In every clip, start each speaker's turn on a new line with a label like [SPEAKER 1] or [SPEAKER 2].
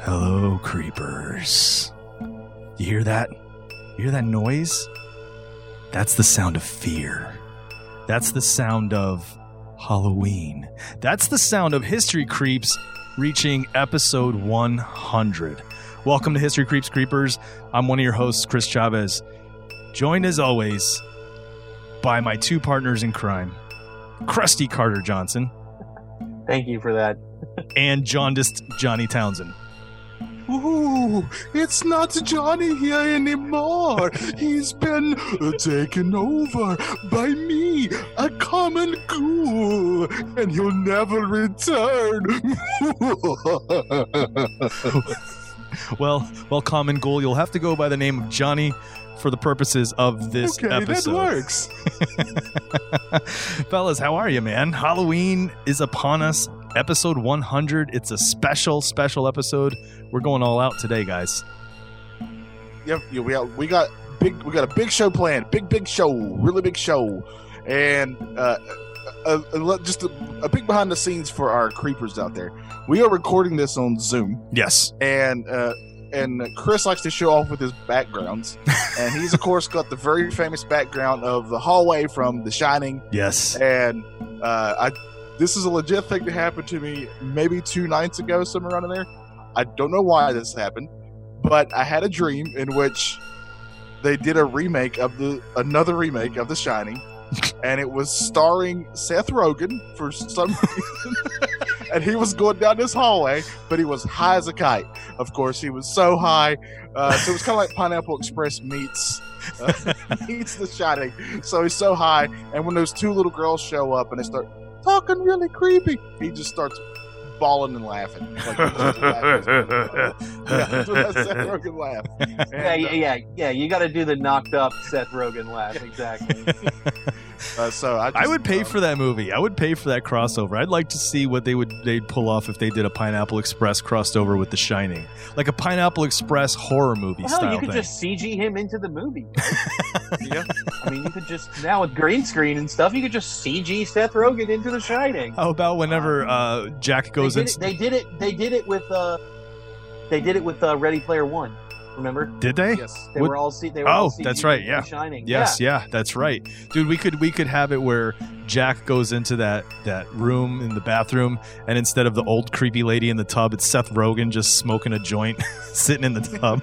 [SPEAKER 1] Hello, creepers. You hear that? You hear that noise? That's the sound of fear. That's the sound of Halloween. That's the sound of History Creeps reaching episode 100. Welcome to History Creeps Creepers. I'm one of your hosts, Chris Chavez. Joined as always by my two partners in crime, Krusty Carter Johnson
[SPEAKER 2] Thank you for that.
[SPEAKER 1] and jaundiced Johnny Townsend.
[SPEAKER 3] Ooh, it's not Johnny here anymore. He's been taken over by me, a common ghoul, and he'll never return.
[SPEAKER 1] Well, well, common ghoul, you'll have to go by the name of Johnny for the purposes of this
[SPEAKER 3] okay, that
[SPEAKER 1] episode.
[SPEAKER 3] works.
[SPEAKER 1] Fellas, how are you, man? Halloween is upon us. Episode 100. It's a special, special episode. We're going all out today, guys.
[SPEAKER 3] Yep, yeah, we got we got big we got a big show planned, big big show, really big show, and uh, a, a, a, just a, a big behind the scenes for our creepers out there. We are recording this on Zoom.
[SPEAKER 1] Yes.
[SPEAKER 3] and uh, and Chris likes to show off with his backgrounds, and he's of course got the very famous background of the hallway from The Shining.
[SPEAKER 1] Yes.
[SPEAKER 3] And uh, I, this is a legit thing that happened to me maybe two nights ago, somewhere around there. I don't know why this happened, but I had a dream in which they did a remake of the another remake of The Shining, and it was starring Seth Rogen for some reason. and he was going down this hallway, but he was high as a kite. Of course, he was so high, uh, so it was kind of like Pineapple Express meets uh, meets The Shining. So he's so high, and when those two little girls show up and they start talking really creepy, he just starts bawling and laughing. Like, yeah, that's Seth Rogen laugh. And,
[SPEAKER 2] Yeah, yeah,
[SPEAKER 3] uh,
[SPEAKER 2] yeah, yeah. You got to do the knocked up Seth Rogen laugh. Exactly.
[SPEAKER 3] uh, so I,
[SPEAKER 1] I
[SPEAKER 3] just,
[SPEAKER 1] would pay
[SPEAKER 3] um,
[SPEAKER 1] for that movie. I would pay for that crossover. I'd like to see what they would they'd pull off if they did a Pineapple Express crossed over with The Shining, like a Pineapple Express horror movie
[SPEAKER 2] Hell,
[SPEAKER 1] style
[SPEAKER 2] you could
[SPEAKER 1] thing.
[SPEAKER 2] just CG him into the movie.
[SPEAKER 3] Yeah.
[SPEAKER 2] I mean, you could just now with green screen and stuff, you could just CG Seth Rogen into The Shining.
[SPEAKER 1] How about whenever uh, Jack goes
[SPEAKER 2] they
[SPEAKER 1] in?
[SPEAKER 2] did, it, they did it. They did it with. Uh, they did it with uh, Ready Player One. Remember,
[SPEAKER 1] Did they?
[SPEAKER 3] Yes.
[SPEAKER 2] they
[SPEAKER 1] What-
[SPEAKER 2] were all see. They were
[SPEAKER 1] Oh,
[SPEAKER 2] all CG
[SPEAKER 1] that's right,
[SPEAKER 2] in
[SPEAKER 1] yeah.
[SPEAKER 2] The Shining.
[SPEAKER 1] Yes, yeah.
[SPEAKER 2] Mm-hmm.
[SPEAKER 1] that's right, dude. We could we could have it where Jack goes into that that room in the bathroom, and instead of the old creepy lady in the tub, it's Seth Rogen just smoking a joint, sitting in the tub.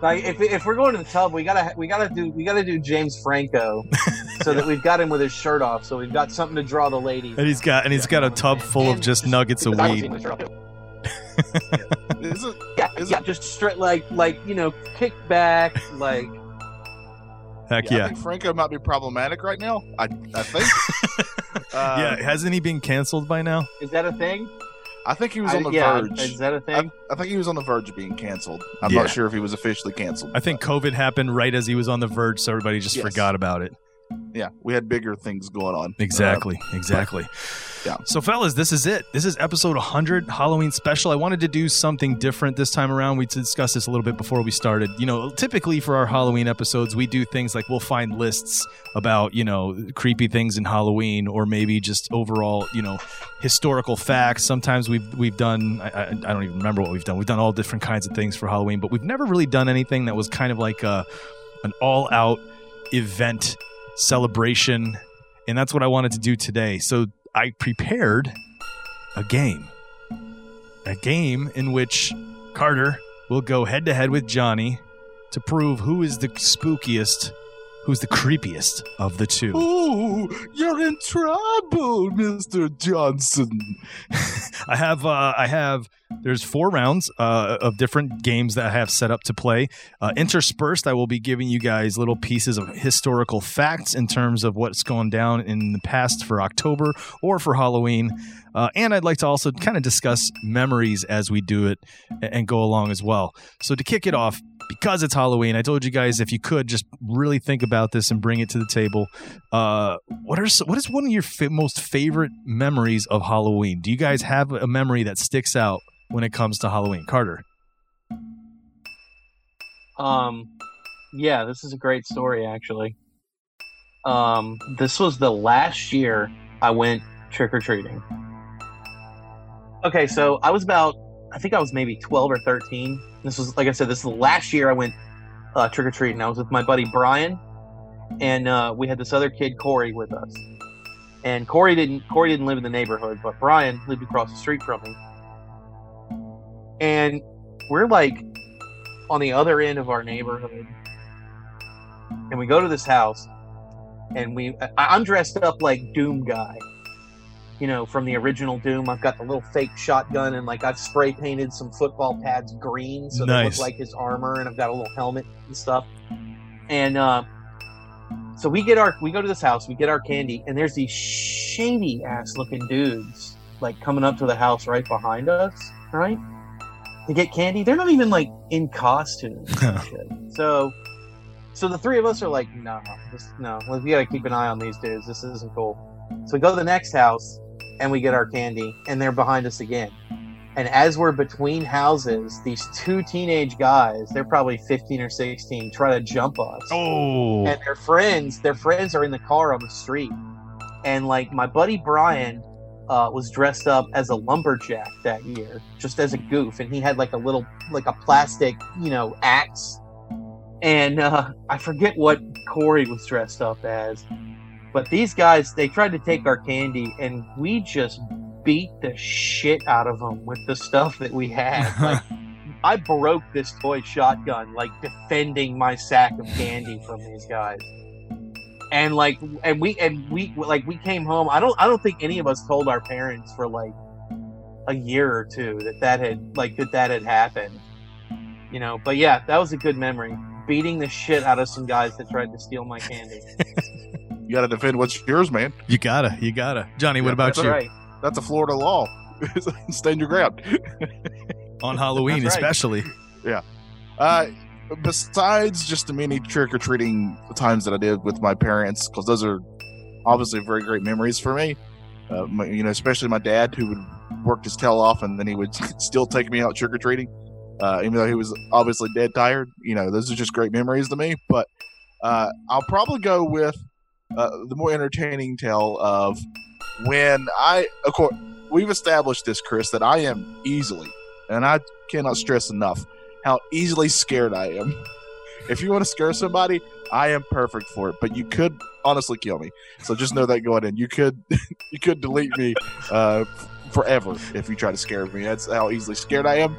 [SPEAKER 2] Like if, if we're going to the tub, we gotta we gotta do we gotta do James Franco, so that we've got him with his shirt off, so we've got something to draw the ladies.
[SPEAKER 1] and he's got and he's got a tub full of just nuggets of weed.
[SPEAKER 3] Is it-
[SPEAKER 2] Yeah,
[SPEAKER 3] Is
[SPEAKER 2] yeah, just straight like like you know kick back like
[SPEAKER 1] Heck
[SPEAKER 3] I
[SPEAKER 1] yeah,
[SPEAKER 3] think Franco might be problematic right now. I, I think. uh,
[SPEAKER 1] yeah. Hasn't he been canceled by now?
[SPEAKER 2] is that a thing?
[SPEAKER 3] I think he was on
[SPEAKER 2] I-
[SPEAKER 3] the
[SPEAKER 2] yeah,
[SPEAKER 3] verge.
[SPEAKER 2] is that a thing?
[SPEAKER 3] I, I think he was on the verge of being canceled. I'm
[SPEAKER 1] Yeah.
[SPEAKER 3] not sure if he was officially canceled.
[SPEAKER 1] I think COVID happened right as he was on the verge, so everybody just
[SPEAKER 3] Yes.
[SPEAKER 1] forgot about it.
[SPEAKER 3] Yeah, we had bigger things going on.
[SPEAKER 1] Exactly. exactly.
[SPEAKER 3] Uh, yeah.
[SPEAKER 1] So, fellas, this is it. This is episode 100, Halloween special. I wanted to do something different this time around. We discussed this a little bit before we started. You know, typically for our Halloween episodes, we do things like we'll find lists about, you know, creepy things in Halloween or maybe just overall, you know, historical facts. Sometimes we've we've done I, I, I don't even remember what we've done. We've done all different kinds of things for Halloween, but we've never really done anything that was kind of like a, an all out event celebration, and that's what I wanted to do today. So I prepared a game, a game in which Carter will go head to head with Johnny to prove who is the spookiest who's the creepiest of the two.
[SPEAKER 3] Uh, Ooh, you're in trouble, Mr. Johnson.
[SPEAKER 1] I have uh, I have there's four rounds uh, of different games that I have set up to play. Uh, interspersed, I will be giving you guys little pieces of historical facts in terms of what's gone down in the past for October or for Halloween. Uh, and I'd like to also kind of discuss memories as we do it a- and go along as well. So to kick it off, because it's Halloween, I told you guys if you could just really think about this and bring it to the table. Uh, what are so, what is one of your fa- most favorite memories of Halloween? Do you guys have a memory that sticks out when it comes to Halloween, Carter?
[SPEAKER 2] Um, yeah, this is a great story actually. Um, this was the last year I went trick or treating. Okay, so I was about, I think I was maybe twelve or thirteen. This was, like I said, this is the last year I went uh, trick or treating. I was with my buddy Brian, and uh, we had this other kid Corey with us. And Corey didn't, Corey didn't live in the neighborhood, but Brian lived across the street from me. And we're like on the other end of our neighborhood. And we go to this house, and we I, I'm dressed up like Doom guy, you know, from the original Doom. I've got the little fake shotgun, and like I've spray painted some football pads green so they
[SPEAKER 1] Nice.
[SPEAKER 2] look like his armor, and I've got a little helmet and stuff. And uh, so we get our we go to this house, we get our candy, and there's these shady ass looking dudes like coming up to the house right behind us, right? to get candy. They're not even like in costume. and shit. so, so the three of us are like, no, this, no, we gotta keep an eye on these dudes. This isn't cool. So we go to the next house and we get our candy, and they're behind us again. And as we're between houses, these two teenage guys, they're probably 15 or 16, try to jump us
[SPEAKER 1] Oh,
[SPEAKER 2] and their friends their friends are in the car on the street and like my buddy brian uh, was dressed up as a lumberjack that year just as a goof and he had like a little like a plastic you know axe and uh, i forget what corey was dressed up as but these guys they tried to take our candy and we just beat the shit out of them with the stuff that we had like I broke this toy shotgun, like defending my sack of candy from these guys. And like, and we, and we, like, we came home. I don't, I don't think any of us told our parents for like a year or two that that had, like, that that had happened. You know, but yeah, that was a good memory. Beating the shit out of some guys that tried to steal my candy.
[SPEAKER 3] You gotta defend what's yours, man.
[SPEAKER 1] you gotta, you gotta, Johnny. What
[SPEAKER 3] Yeah,
[SPEAKER 1] about
[SPEAKER 3] that's
[SPEAKER 1] you
[SPEAKER 2] right.
[SPEAKER 3] That's a Florida law. Stand your ground.
[SPEAKER 1] on Halloween,
[SPEAKER 2] That's right.
[SPEAKER 1] especially?
[SPEAKER 3] Uh, besides just the many trick or treating times that I did with my parents, because those are obviously very great memories for me. Uh, my, you know, especially my dad, who would work his tail off, and then he would still take me out trick or treating, uh, even though he was obviously dead tired. You know, those are just great memories to me. But uh, I'll probably go with uh, the more entertaining tale of when I, of course, we've established this, Chris, that I am easily, and I cannot stress enough how easily scared I am. If you want to scare somebody, I am perfect for it. But you could honestly kill me. So just know that going in, you could you could delete me uh, f- forever if you try to scare me. That's how easily scared I am.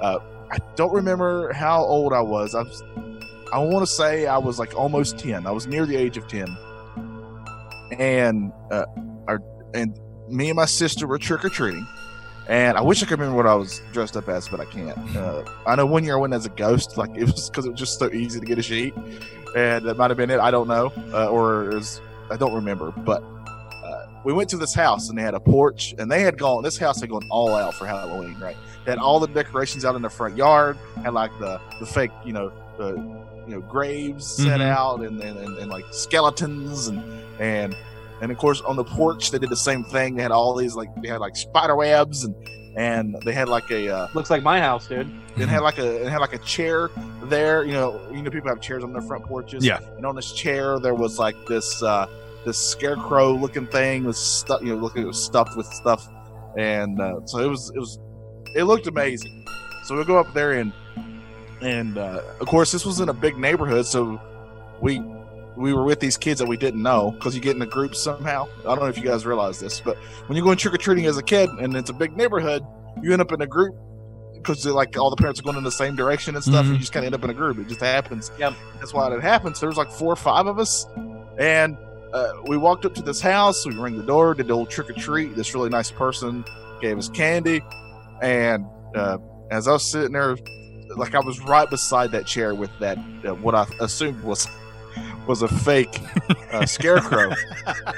[SPEAKER 3] Uh, I don't remember how old I was. I was, I want to say I was like almost ten. I was near the age of ten, and uh, our and me and my sister were trick or treating. And I wish I could remember what I was dressed up as, but I can't. Uh, I know one year I went as a ghost, like it was because it was just so easy to get a sheet, and that might have been it. I don't know, uh, or it was, I don't remember. But uh, we went to this house and they had a porch, and they had gone. This house had gone all out for Halloween, right? They had all the decorations out in the front yard, had like the the fake, you know, the you know graves set
[SPEAKER 1] Mhm.
[SPEAKER 3] out, and and, and and like skeletons, and and and of course on the porch they did the same thing. They had all these like they had like spider webs and. And they had like a uh,
[SPEAKER 2] Looks like my house, dude.
[SPEAKER 3] it had like a it had like a chair there. You know, you know, people have chairs on their front porches.
[SPEAKER 1] Yeah.
[SPEAKER 3] And on this chair, there was like this uh, this scarecrow looking thing with stuff. You know, looking it was stuffed with stuff, and uh, so it was it was it looked amazing. So we go up there and and uh, of course this was in a big neighborhood, so we we were with these kids that we didn't know because you get in a group somehow. I don't know if you guys realize this, but when you're going trick or treating as a kid and it's a big neighborhood, you end up in a group because like all the parents are going in the same direction and stuff,
[SPEAKER 1] Mhm.
[SPEAKER 3] and you just kind of end up in a group. It just happens.
[SPEAKER 2] Yep.
[SPEAKER 3] That's why it happens. There was like four or five of us, and uh, we walked up to this house. We rang the door, did the old trick or treat. This really nice person gave us candy, and uh, as I was sitting there, like I was right beside that chair with that uh, what I assumed was was a fake uh, scarecrow.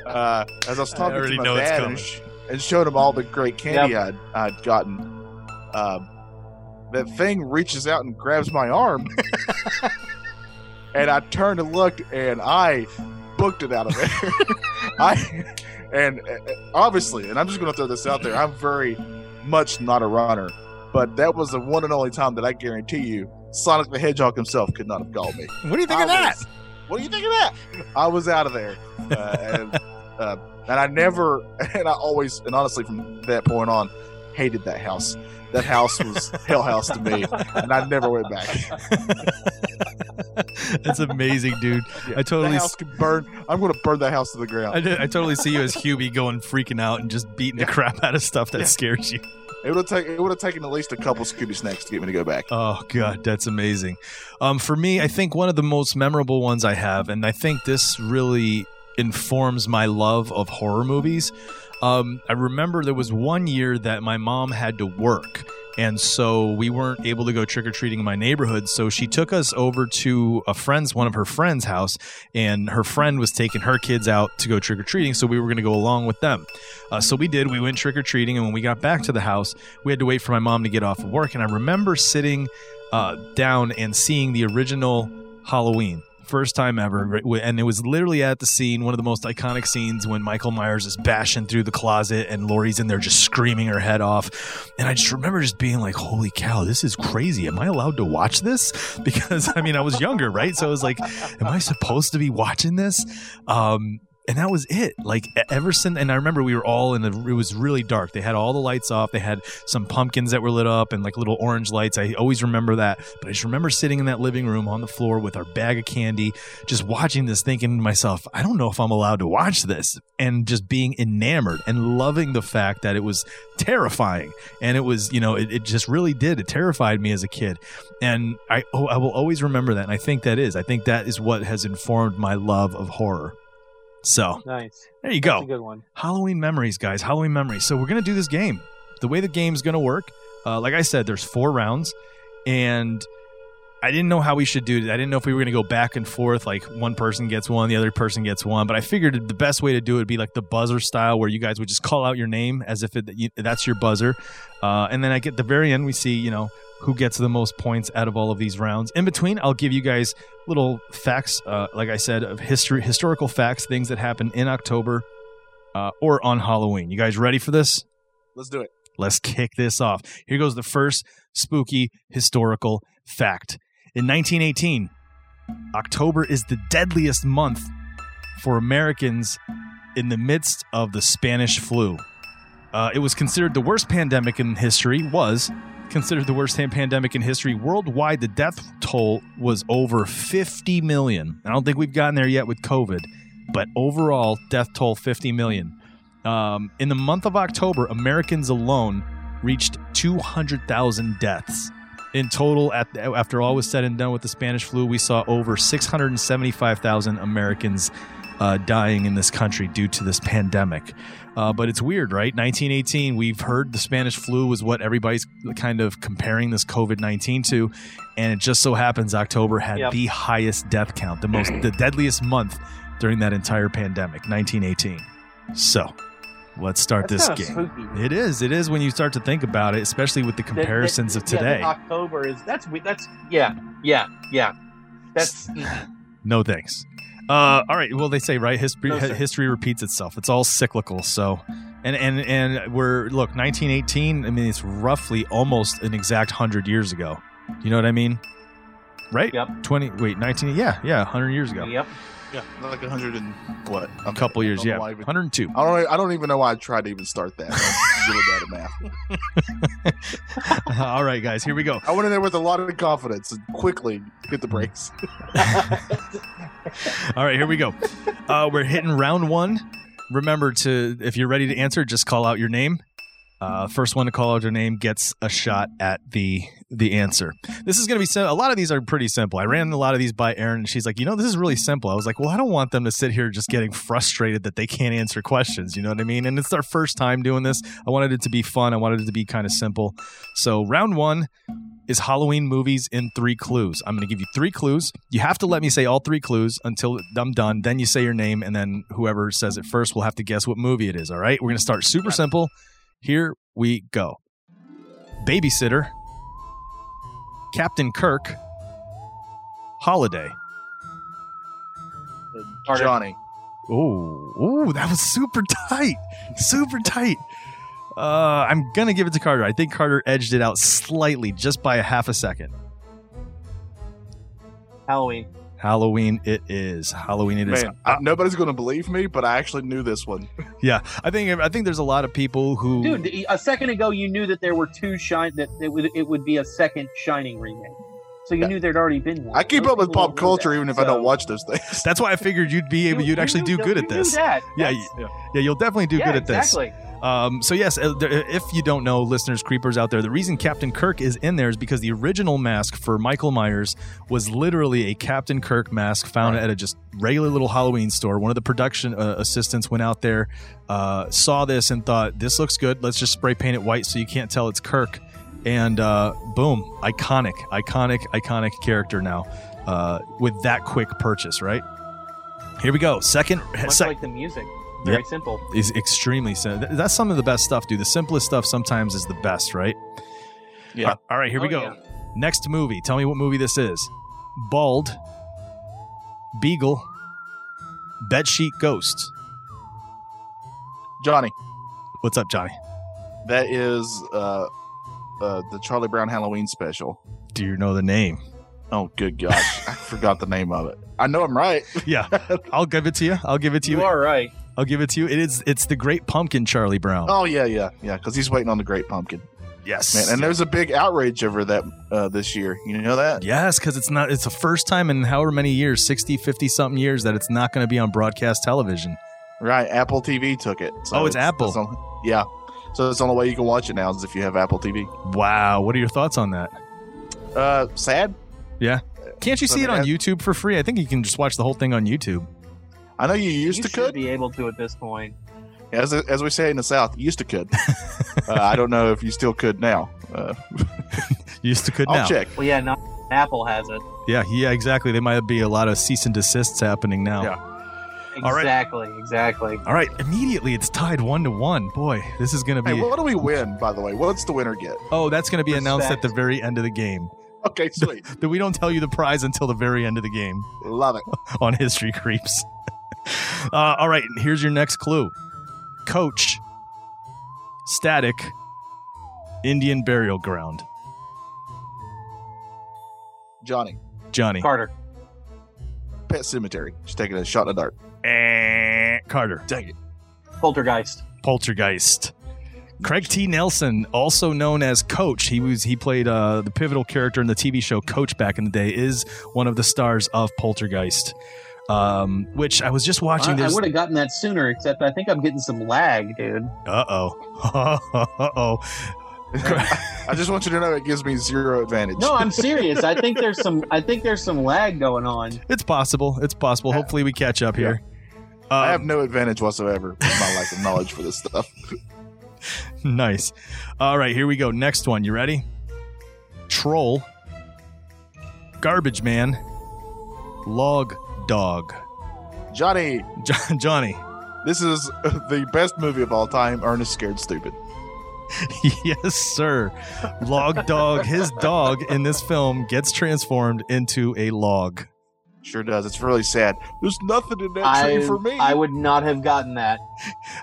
[SPEAKER 3] Uh, as I was
[SPEAKER 1] I
[SPEAKER 3] talking
[SPEAKER 1] already
[SPEAKER 3] to my
[SPEAKER 1] know it's
[SPEAKER 3] dad
[SPEAKER 1] coming.
[SPEAKER 3] and, sh- and showed him all the great candy I'd, I'd gotten, um, that thing reaches out and grabs my arm, and I turned and looked, and I booked it out of there. I and uh, obviously, and I'm just going to throw this out there. I'm very much not a runner, but that was the one and only time that I guarantee you, Sonic the Hedgehog himself could not have called me.
[SPEAKER 1] What do you think of
[SPEAKER 3] I
[SPEAKER 1] that?
[SPEAKER 3] was- What do you think of that? I was out of there, uh, and uh, and I never, and I always, and honestly, from that point on, hated that house. That house was hell house to me, and I never went back.
[SPEAKER 1] That's amazing, dude.
[SPEAKER 3] Yeah,
[SPEAKER 1] I totally,
[SPEAKER 3] That house could burn. I'm going to burn that house to the
[SPEAKER 1] I,
[SPEAKER 3] ground.
[SPEAKER 1] did- I totally see you as Hubie going freaking out and just beating the crap out of stuff that
[SPEAKER 3] Yeah.
[SPEAKER 1] scared you.
[SPEAKER 3] It would have taken. It would have taken at least a couple Scooby snacks to get me to go back.
[SPEAKER 1] Oh god, that's amazing. Um, for me, I think one of the most memorable ones I have, and I think this really informs my love of horror movies. Um, I remember there was one year that my mom had to work, and so we weren't able to go trick or treating in my neighborhood. So she took us over to a friend's, one of her friends' house, and her friend was taking her kids out to go trick or treating. So we were going to go along with them. Uh, so we did. We went trick or treating, and when we got back to the house, we had to wait for my mom to get off of work. And I remember sitting uh, down and seeing the original Halloween. First time ever, right, w- and it was literally at the scene, one of the most iconic scenes when Michael Myers is bashing through the closet and Laurie's in there just screaming her head off. And I just remember just being like, "Holy cow, this is crazy! Am I allowed to watch this?" Because I mean, I was younger, right? So I was like, "Am I supposed to be watching this?" Um, and that was it. Like e- ever since, and I remember we were all in a. It was really dark. They had all the lights off. They had some pumpkins that were lit up and like little orange lights. I always remember that. But I just remember sitting in that living room on the floor with our bag of candy, just watching this, thinking to myself, I don't know if I'm allowed to watch this, and just being enamored and loving the fact that it was terrifying. And it was, you know, it, it just really did. It terrified me as a kid, and I oh, I will always remember that. And I think that is, I think that is what has informed my love of horror. So.
[SPEAKER 2] Nice.
[SPEAKER 1] There you
[SPEAKER 2] That's
[SPEAKER 1] go.
[SPEAKER 2] a good one.
[SPEAKER 1] Halloween memories, guys. Halloween memories. So we're gonna do this game. The way the game's gonna work, uh, like I said, there's four rounds, and I didn't know how we should do it. I didn't know if we were gonna go back and forth, like one person gets one, the other person gets one. But I figured the best way to do it would be like the buzzer style, where you guys would just call out your name as if it, you, that's your buzzer, uh, and then I get the very end. We see, you know. Who gets the most points out of all of these rounds? In between, I'll give you guys little facts, uh, like I said, of history, historical facts, things that happened in October uh, or on Halloween. You guys ready for this?
[SPEAKER 3] Let's do it.
[SPEAKER 1] Let's kick this off. Here goes the first spooky historical fact. In 1918, October is the deadliest month for Americans in the midst of the Spanish flu. Uh, it was considered the worst pandemic in history, was considered the worst pandemic in history. Worldwide, the death toll was over 50 million. I don't think we've gotten there yet with COVID, but overall, death toll 50 million. Um, in the month of October, Americans alone reached 200,000 deaths. In total, at, after all was said and done with the Spanish flu, we saw over 675,000 Americans uh, dying in this country due to this pandemic. Uh, but it's weird, right? 1918, we've heard the Spanish flu was what everybody's kind of comparing this COVID 19 to. And it just so happens October had
[SPEAKER 2] Yep.
[SPEAKER 1] the highest death count, the most, the deadliest month during that entire pandemic, 1918. So let's start
[SPEAKER 2] That's
[SPEAKER 1] this game.
[SPEAKER 2] kinda spooky.
[SPEAKER 1] It is. It is when you start to think about it, especially with the
[SPEAKER 2] That- that-
[SPEAKER 1] comparisons of
[SPEAKER 2] yeah,
[SPEAKER 1] today.
[SPEAKER 2] that October is that's we- that's yeah yeah yeah. That's
[SPEAKER 1] no thanks. Uh, all right. Well, they say right history
[SPEAKER 2] No,
[SPEAKER 1] hi-
[SPEAKER 2] sir.
[SPEAKER 1] history repeats itself. It's all cyclical. So, and and and we're look 1918. I mean, it's roughly almost an exact hundred years ago. You know what I mean? Right?
[SPEAKER 2] Yep.
[SPEAKER 1] 20. Wait, 19. Yeah, yeah, 100 years ago.
[SPEAKER 2] yep.
[SPEAKER 3] Yeah, like 100 and what?
[SPEAKER 1] A couple years. Yeah, 102.
[SPEAKER 3] I don't. e, I don't even know why I tried to even start that. I'm really bad at math.
[SPEAKER 1] all right, guys. Here we go.
[SPEAKER 3] I went in there with a lot of confidence and quickly hit the brakes.
[SPEAKER 1] All right, here we go. Uh, we're hitting round one. Remember to, if you're ready to answer, just call out your name. Uh, first one to call out their name gets a shot at the the answer. This is going to be sim- a lot of these are pretty simple. I ran a lot of these by Erin, and she's like, you know, this is really simple. I was like, well, I don't want them to sit here just getting frustrated that they can't answer questions. You know what I mean? And it's their first time doing this. I wanted it to be fun. I wanted it to be kind of simple. So round one is Halloween movies in three clues. I'm going to give you three clues. You have to let me say all three clues until I'm done. Then you say your name, and then whoever says it first will have to guess what movie it is. All right. We're going to start super simple. Here we go Babysitter, Captain Kirk, Holiday.
[SPEAKER 2] Carter,
[SPEAKER 3] Johnny.
[SPEAKER 1] Oh, oh, that was super tight, super tight. Uh, I'm gonna give it to Carter. I think Carter edged it out slightly, just by a half a second.
[SPEAKER 2] Halloween.
[SPEAKER 1] Halloween, it is. Halloween, it is.
[SPEAKER 3] Man, I- nobody's going to believe me, but I actually knew this one.
[SPEAKER 1] Yeah, I think I think there's a lot of people who.
[SPEAKER 2] Dude, the- a second ago you knew that there were two shine that it would it would be a second Shining remake, so you
[SPEAKER 3] Yeah.
[SPEAKER 2] knew there'd already been one.
[SPEAKER 3] I keep
[SPEAKER 2] Those
[SPEAKER 3] up with
[SPEAKER 2] people
[SPEAKER 1] Oh,
[SPEAKER 3] pop
[SPEAKER 2] don't know
[SPEAKER 3] culture,
[SPEAKER 2] that,
[SPEAKER 3] even if I
[SPEAKER 2] so-
[SPEAKER 3] don't watch those things.
[SPEAKER 1] that's why I figured you'd be able,
[SPEAKER 2] You-
[SPEAKER 1] you'd
[SPEAKER 2] you
[SPEAKER 1] actually do
[SPEAKER 2] knew that-
[SPEAKER 1] good
[SPEAKER 2] you
[SPEAKER 1] at
[SPEAKER 2] knew
[SPEAKER 1] this.
[SPEAKER 2] that.
[SPEAKER 1] Yeah,
[SPEAKER 2] That's-
[SPEAKER 1] Yeah, you'll definitely do
[SPEAKER 2] yeah,
[SPEAKER 1] good at this.
[SPEAKER 2] exactly.
[SPEAKER 1] Um, so yes, uh, there- if you don't know, listeners, creepers out there, the reason Captain Kirk is in there is because the original mask for Michael Myers was literally a Captain Kirk mask found at a just regular little Halloween store. One of the production uh, assistants went out there, uh, saw this, and thought, "This looks good. Let's just spray paint it white so you can't tell it's Kirk." And uh, boom, iconic, iconic, iconic character now uh, with that quick purchase, right? Here we go. Second,
[SPEAKER 2] Much
[SPEAKER 1] sec-
[SPEAKER 2] like the music. Very simple.
[SPEAKER 1] is extremely simple. That's some of the best stuff, dude. The simplest stuff sometimes is the best, right?
[SPEAKER 3] Yeah.
[SPEAKER 1] Uh, All right, here we
[SPEAKER 2] Oh,
[SPEAKER 1] go.
[SPEAKER 2] yeah.
[SPEAKER 1] Next movie. Tell me what movie this is. Bald, Beagle, Bedsheet Ghost.
[SPEAKER 3] Johnny,
[SPEAKER 1] What's up, Johnny?
[SPEAKER 3] that is uh, uh, the Charlie Brown Halloween special.
[SPEAKER 1] Do you know the name?
[SPEAKER 3] Oh, good gosh. I forgot the name of it. I know I'm right.
[SPEAKER 1] Yeah, I'll give it to you. I'll give it to you.
[SPEAKER 2] You are right.
[SPEAKER 1] I'll give it to you. It is. It's the Great Pumpkin, Charlie Brown.
[SPEAKER 3] Oh, yeah, yeah, yeah, because he's waiting on the Great Pumpkin.
[SPEAKER 1] yes,
[SPEAKER 3] Man, and there's a big outrage over that uh, this year. You know that?
[SPEAKER 1] Yes, because it's not, it's the first time in however many years, 60, 50 something years, that it's not going to be on broadcast television.
[SPEAKER 3] Right. Apple TV took it.
[SPEAKER 1] Oh, it's Apple.
[SPEAKER 3] that's on- yeah. So it's the only way you can watch it now is if you have Apple TV.
[SPEAKER 1] Wow. What are your thoughts on that?
[SPEAKER 3] Uh, sad.
[SPEAKER 1] Can't you
[SPEAKER 3] So
[SPEAKER 1] see
[SPEAKER 3] they
[SPEAKER 1] it on
[SPEAKER 3] have-
[SPEAKER 1] YouTube for free? I think you can just watch the whole thing on YouTube.
[SPEAKER 3] I know you used
[SPEAKER 2] you
[SPEAKER 3] to
[SPEAKER 2] should
[SPEAKER 3] could.
[SPEAKER 2] be able to at this point.
[SPEAKER 3] As, as we say in the South, you used to could. uh, I don't know if you still could now. Uh,
[SPEAKER 1] You used to could
[SPEAKER 3] I'll
[SPEAKER 1] now.
[SPEAKER 3] check.
[SPEAKER 2] Well, yeah, not Apple has it.
[SPEAKER 1] Yeah, yeah, exactly. There might be a lot of cease and desists happening now.
[SPEAKER 3] Yeah.
[SPEAKER 1] All right.
[SPEAKER 2] Exactly. Exactly.
[SPEAKER 1] All right, immediately it's tied one to one. Boy, this is going to be.
[SPEAKER 3] Hey, what do we win, by the way? What's the winner get?
[SPEAKER 1] oh, that's going to be announced at
[SPEAKER 2] Respect.
[SPEAKER 1] the very end of the game.
[SPEAKER 3] Okay, sweet.
[SPEAKER 1] That we don't tell you the prize until the very end of the game
[SPEAKER 3] Love it.
[SPEAKER 1] on History Creeps. uh, all right, here's your next clue Coach, Static, Indian Burial Ground.
[SPEAKER 3] Johnny,
[SPEAKER 1] Johnny.
[SPEAKER 2] Carter.
[SPEAKER 3] Pet Cemetery. She's taking a shot in the dark.
[SPEAKER 1] Eh, Carter.
[SPEAKER 3] Dang it.
[SPEAKER 2] Poltergeist.
[SPEAKER 1] Poltergeist. Craig T. Nelson, also known as Coach, he was he played uh, the pivotal character in the TV show Coach back in the day. Is one of the stars of Poltergeist, um, which I was just watching.
[SPEAKER 2] I,
[SPEAKER 1] this.
[SPEAKER 2] would have gotten that sooner, except I think I'm getting some lag, dude.
[SPEAKER 1] Uh oh, uh oh.
[SPEAKER 3] I just want you to know it gives me zero advantage.
[SPEAKER 2] No, I'm serious. I think there's some. I think there's some lag going on.
[SPEAKER 1] It's possible. It's possible. Hopefully, we catch up here.
[SPEAKER 3] I have
[SPEAKER 1] Um,
[SPEAKER 3] no advantage whatsoever with my lack of knowledge for this stuff.
[SPEAKER 1] nice. All right, here we go. Next one. You ready? Troll, garbage man, log dog,
[SPEAKER 3] Johnny,
[SPEAKER 1] Jo- Johnny.
[SPEAKER 3] This is the best movie of all time, Ernest Scared Stupid.
[SPEAKER 1] yes, sir. Log dog, his dog in this film gets transformed into a log.
[SPEAKER 3] Sure does. It's really sad. There's nothing in that
[SPEAKER 2] I,
[SPEAKER 3] tree for me.
[SPEAKER 2] I would not have gotten that.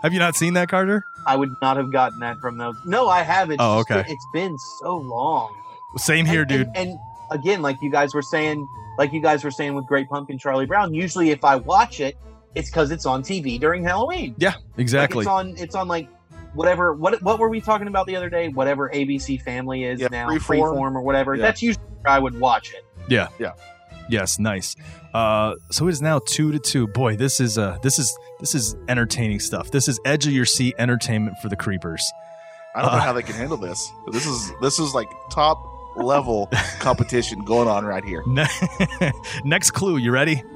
[SPEAKER 1] Have you not seen that, Carter?
[SPEAKER 2] I would not have gotten that from those. No, I haven't.
[SPEAKER 1] Oh,
[SPEAKER 2] It's just-
[SPEAKER 1] okay.
[SPEAKER 2] It's been so long.
[SPEAKER 1] Same here,
[SPEAKER 2] And-
[SPEAKER 1] dude.
[SPEAKER 2] And, and again, like you guys were saying, like you guys were saying with Great Pumpkin Charlie Brown. Usually, if I watch it, it's because it's on TV during Halloween.
[SPEAKER 1] Yeah,
[SPEAKER 2] Like,
[SPEAKER 1] exactly.
[SPEAKER 2] it's on. It's on like whatever. What what were we talking about the other day? Whatever ABC Family is
[SPEAKER 3] Yeah,
[SPEAKER 2] now,
[SPEAKER 3] Freeform.
[SPEAKER 2] Freeform or whatever.
[SPEAKER 3] Yeah.
[SPEAKER 2] That's usually where I would watch it.
[SPEAKER 1] Yes, nice. Uh, so it is now two to two. Boy, this is uh, this is this is entertaining stuff. This is edge of your seat entertainment for the creepers.
[SPEAKER 3] I don't know
[SPEAKER 1] Uh.
[SPEAKER 3] how they can handle this. But this is this is like top level competition going on right here.
[SPEAKER 1] Ne- Next clue, you ready?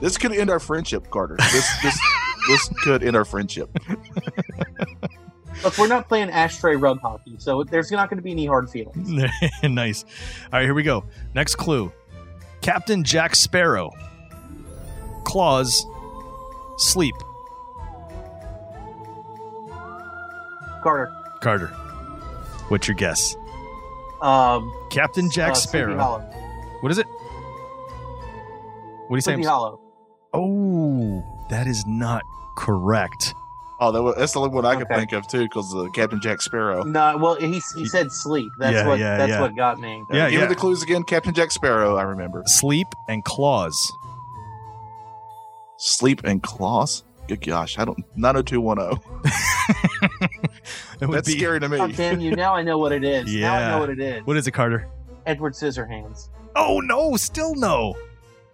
[SPEAKER 3] This could end our friendship, Carter. This this this could end our friendship.
[SPEAKER 2] Look, we're not playing ashtray rug hockey, so there's not going to be any hard feelings.
[SPEAKER 1] nice. All right, here we go. Next clue Captain Jack Sparrow. Claws. Sleep. Mm.
[SPEAKER 2] Carter,
[SPEAKER 1] Carter. What's your guess?
[SPEAKER 2] um,
[SPEAKER 1] Captain Jack
[SPEAKER 2] uh, Sleepy
[SPEAKER 1] Sparrow.
[SPEAKER 2] Hollow.
[SPEAKER 1] What is it? What do you say?
[SPEAKER 2] Sleepy
[SPEAKER 1] I'm-
[SPEAKER 2] Hollow.
[SPEAKER 1] Oh, that is not correct.
[SPEAKER 3] Oh, that was, that's the only one I could
[SPEAKER 2] Okay.
[SPEAKER 3] think of too, because uh, Captain Jack Sparrow.
[SPEAKER 2] No, well, he, he said sleep. That's
[SPEAKER 1] Yeah,
[SPEAKER 2] what
[SPEAKER 1] yeah,
[SPEAKER 2] that's
[SPEAKER 1] yeah.
[SPEAKER 2] what got me.
[SPEAKER 1] Yeah,
[SPEAKER 3] Give
[SPEAKER 1] yeah.
[SPEAKER 3] me the clues again, Captain Jack Sparrow. I remember.
[SPEAKER 1] Sleep and claws.
[SPEAKER 3] Sleep and claws. Good gosh, I don't. Nine hundred two one zero.
[SPEAKER 1] It would
[SPEAKER 3] That's
[SPEAKER 1] be-
[SPEAKER 3] scary to me.
[SPEAKER 2] Oh, damn you! Now I know what it is. Now I
[SPEAKER 1] Yeah.
[SPEAKER 2] know what it is.
[SPEAKER 1] What is it, Carter?
[SPEAKER 2] Edward Scissorhands.
[SPEAKER 1] Oh no, still no.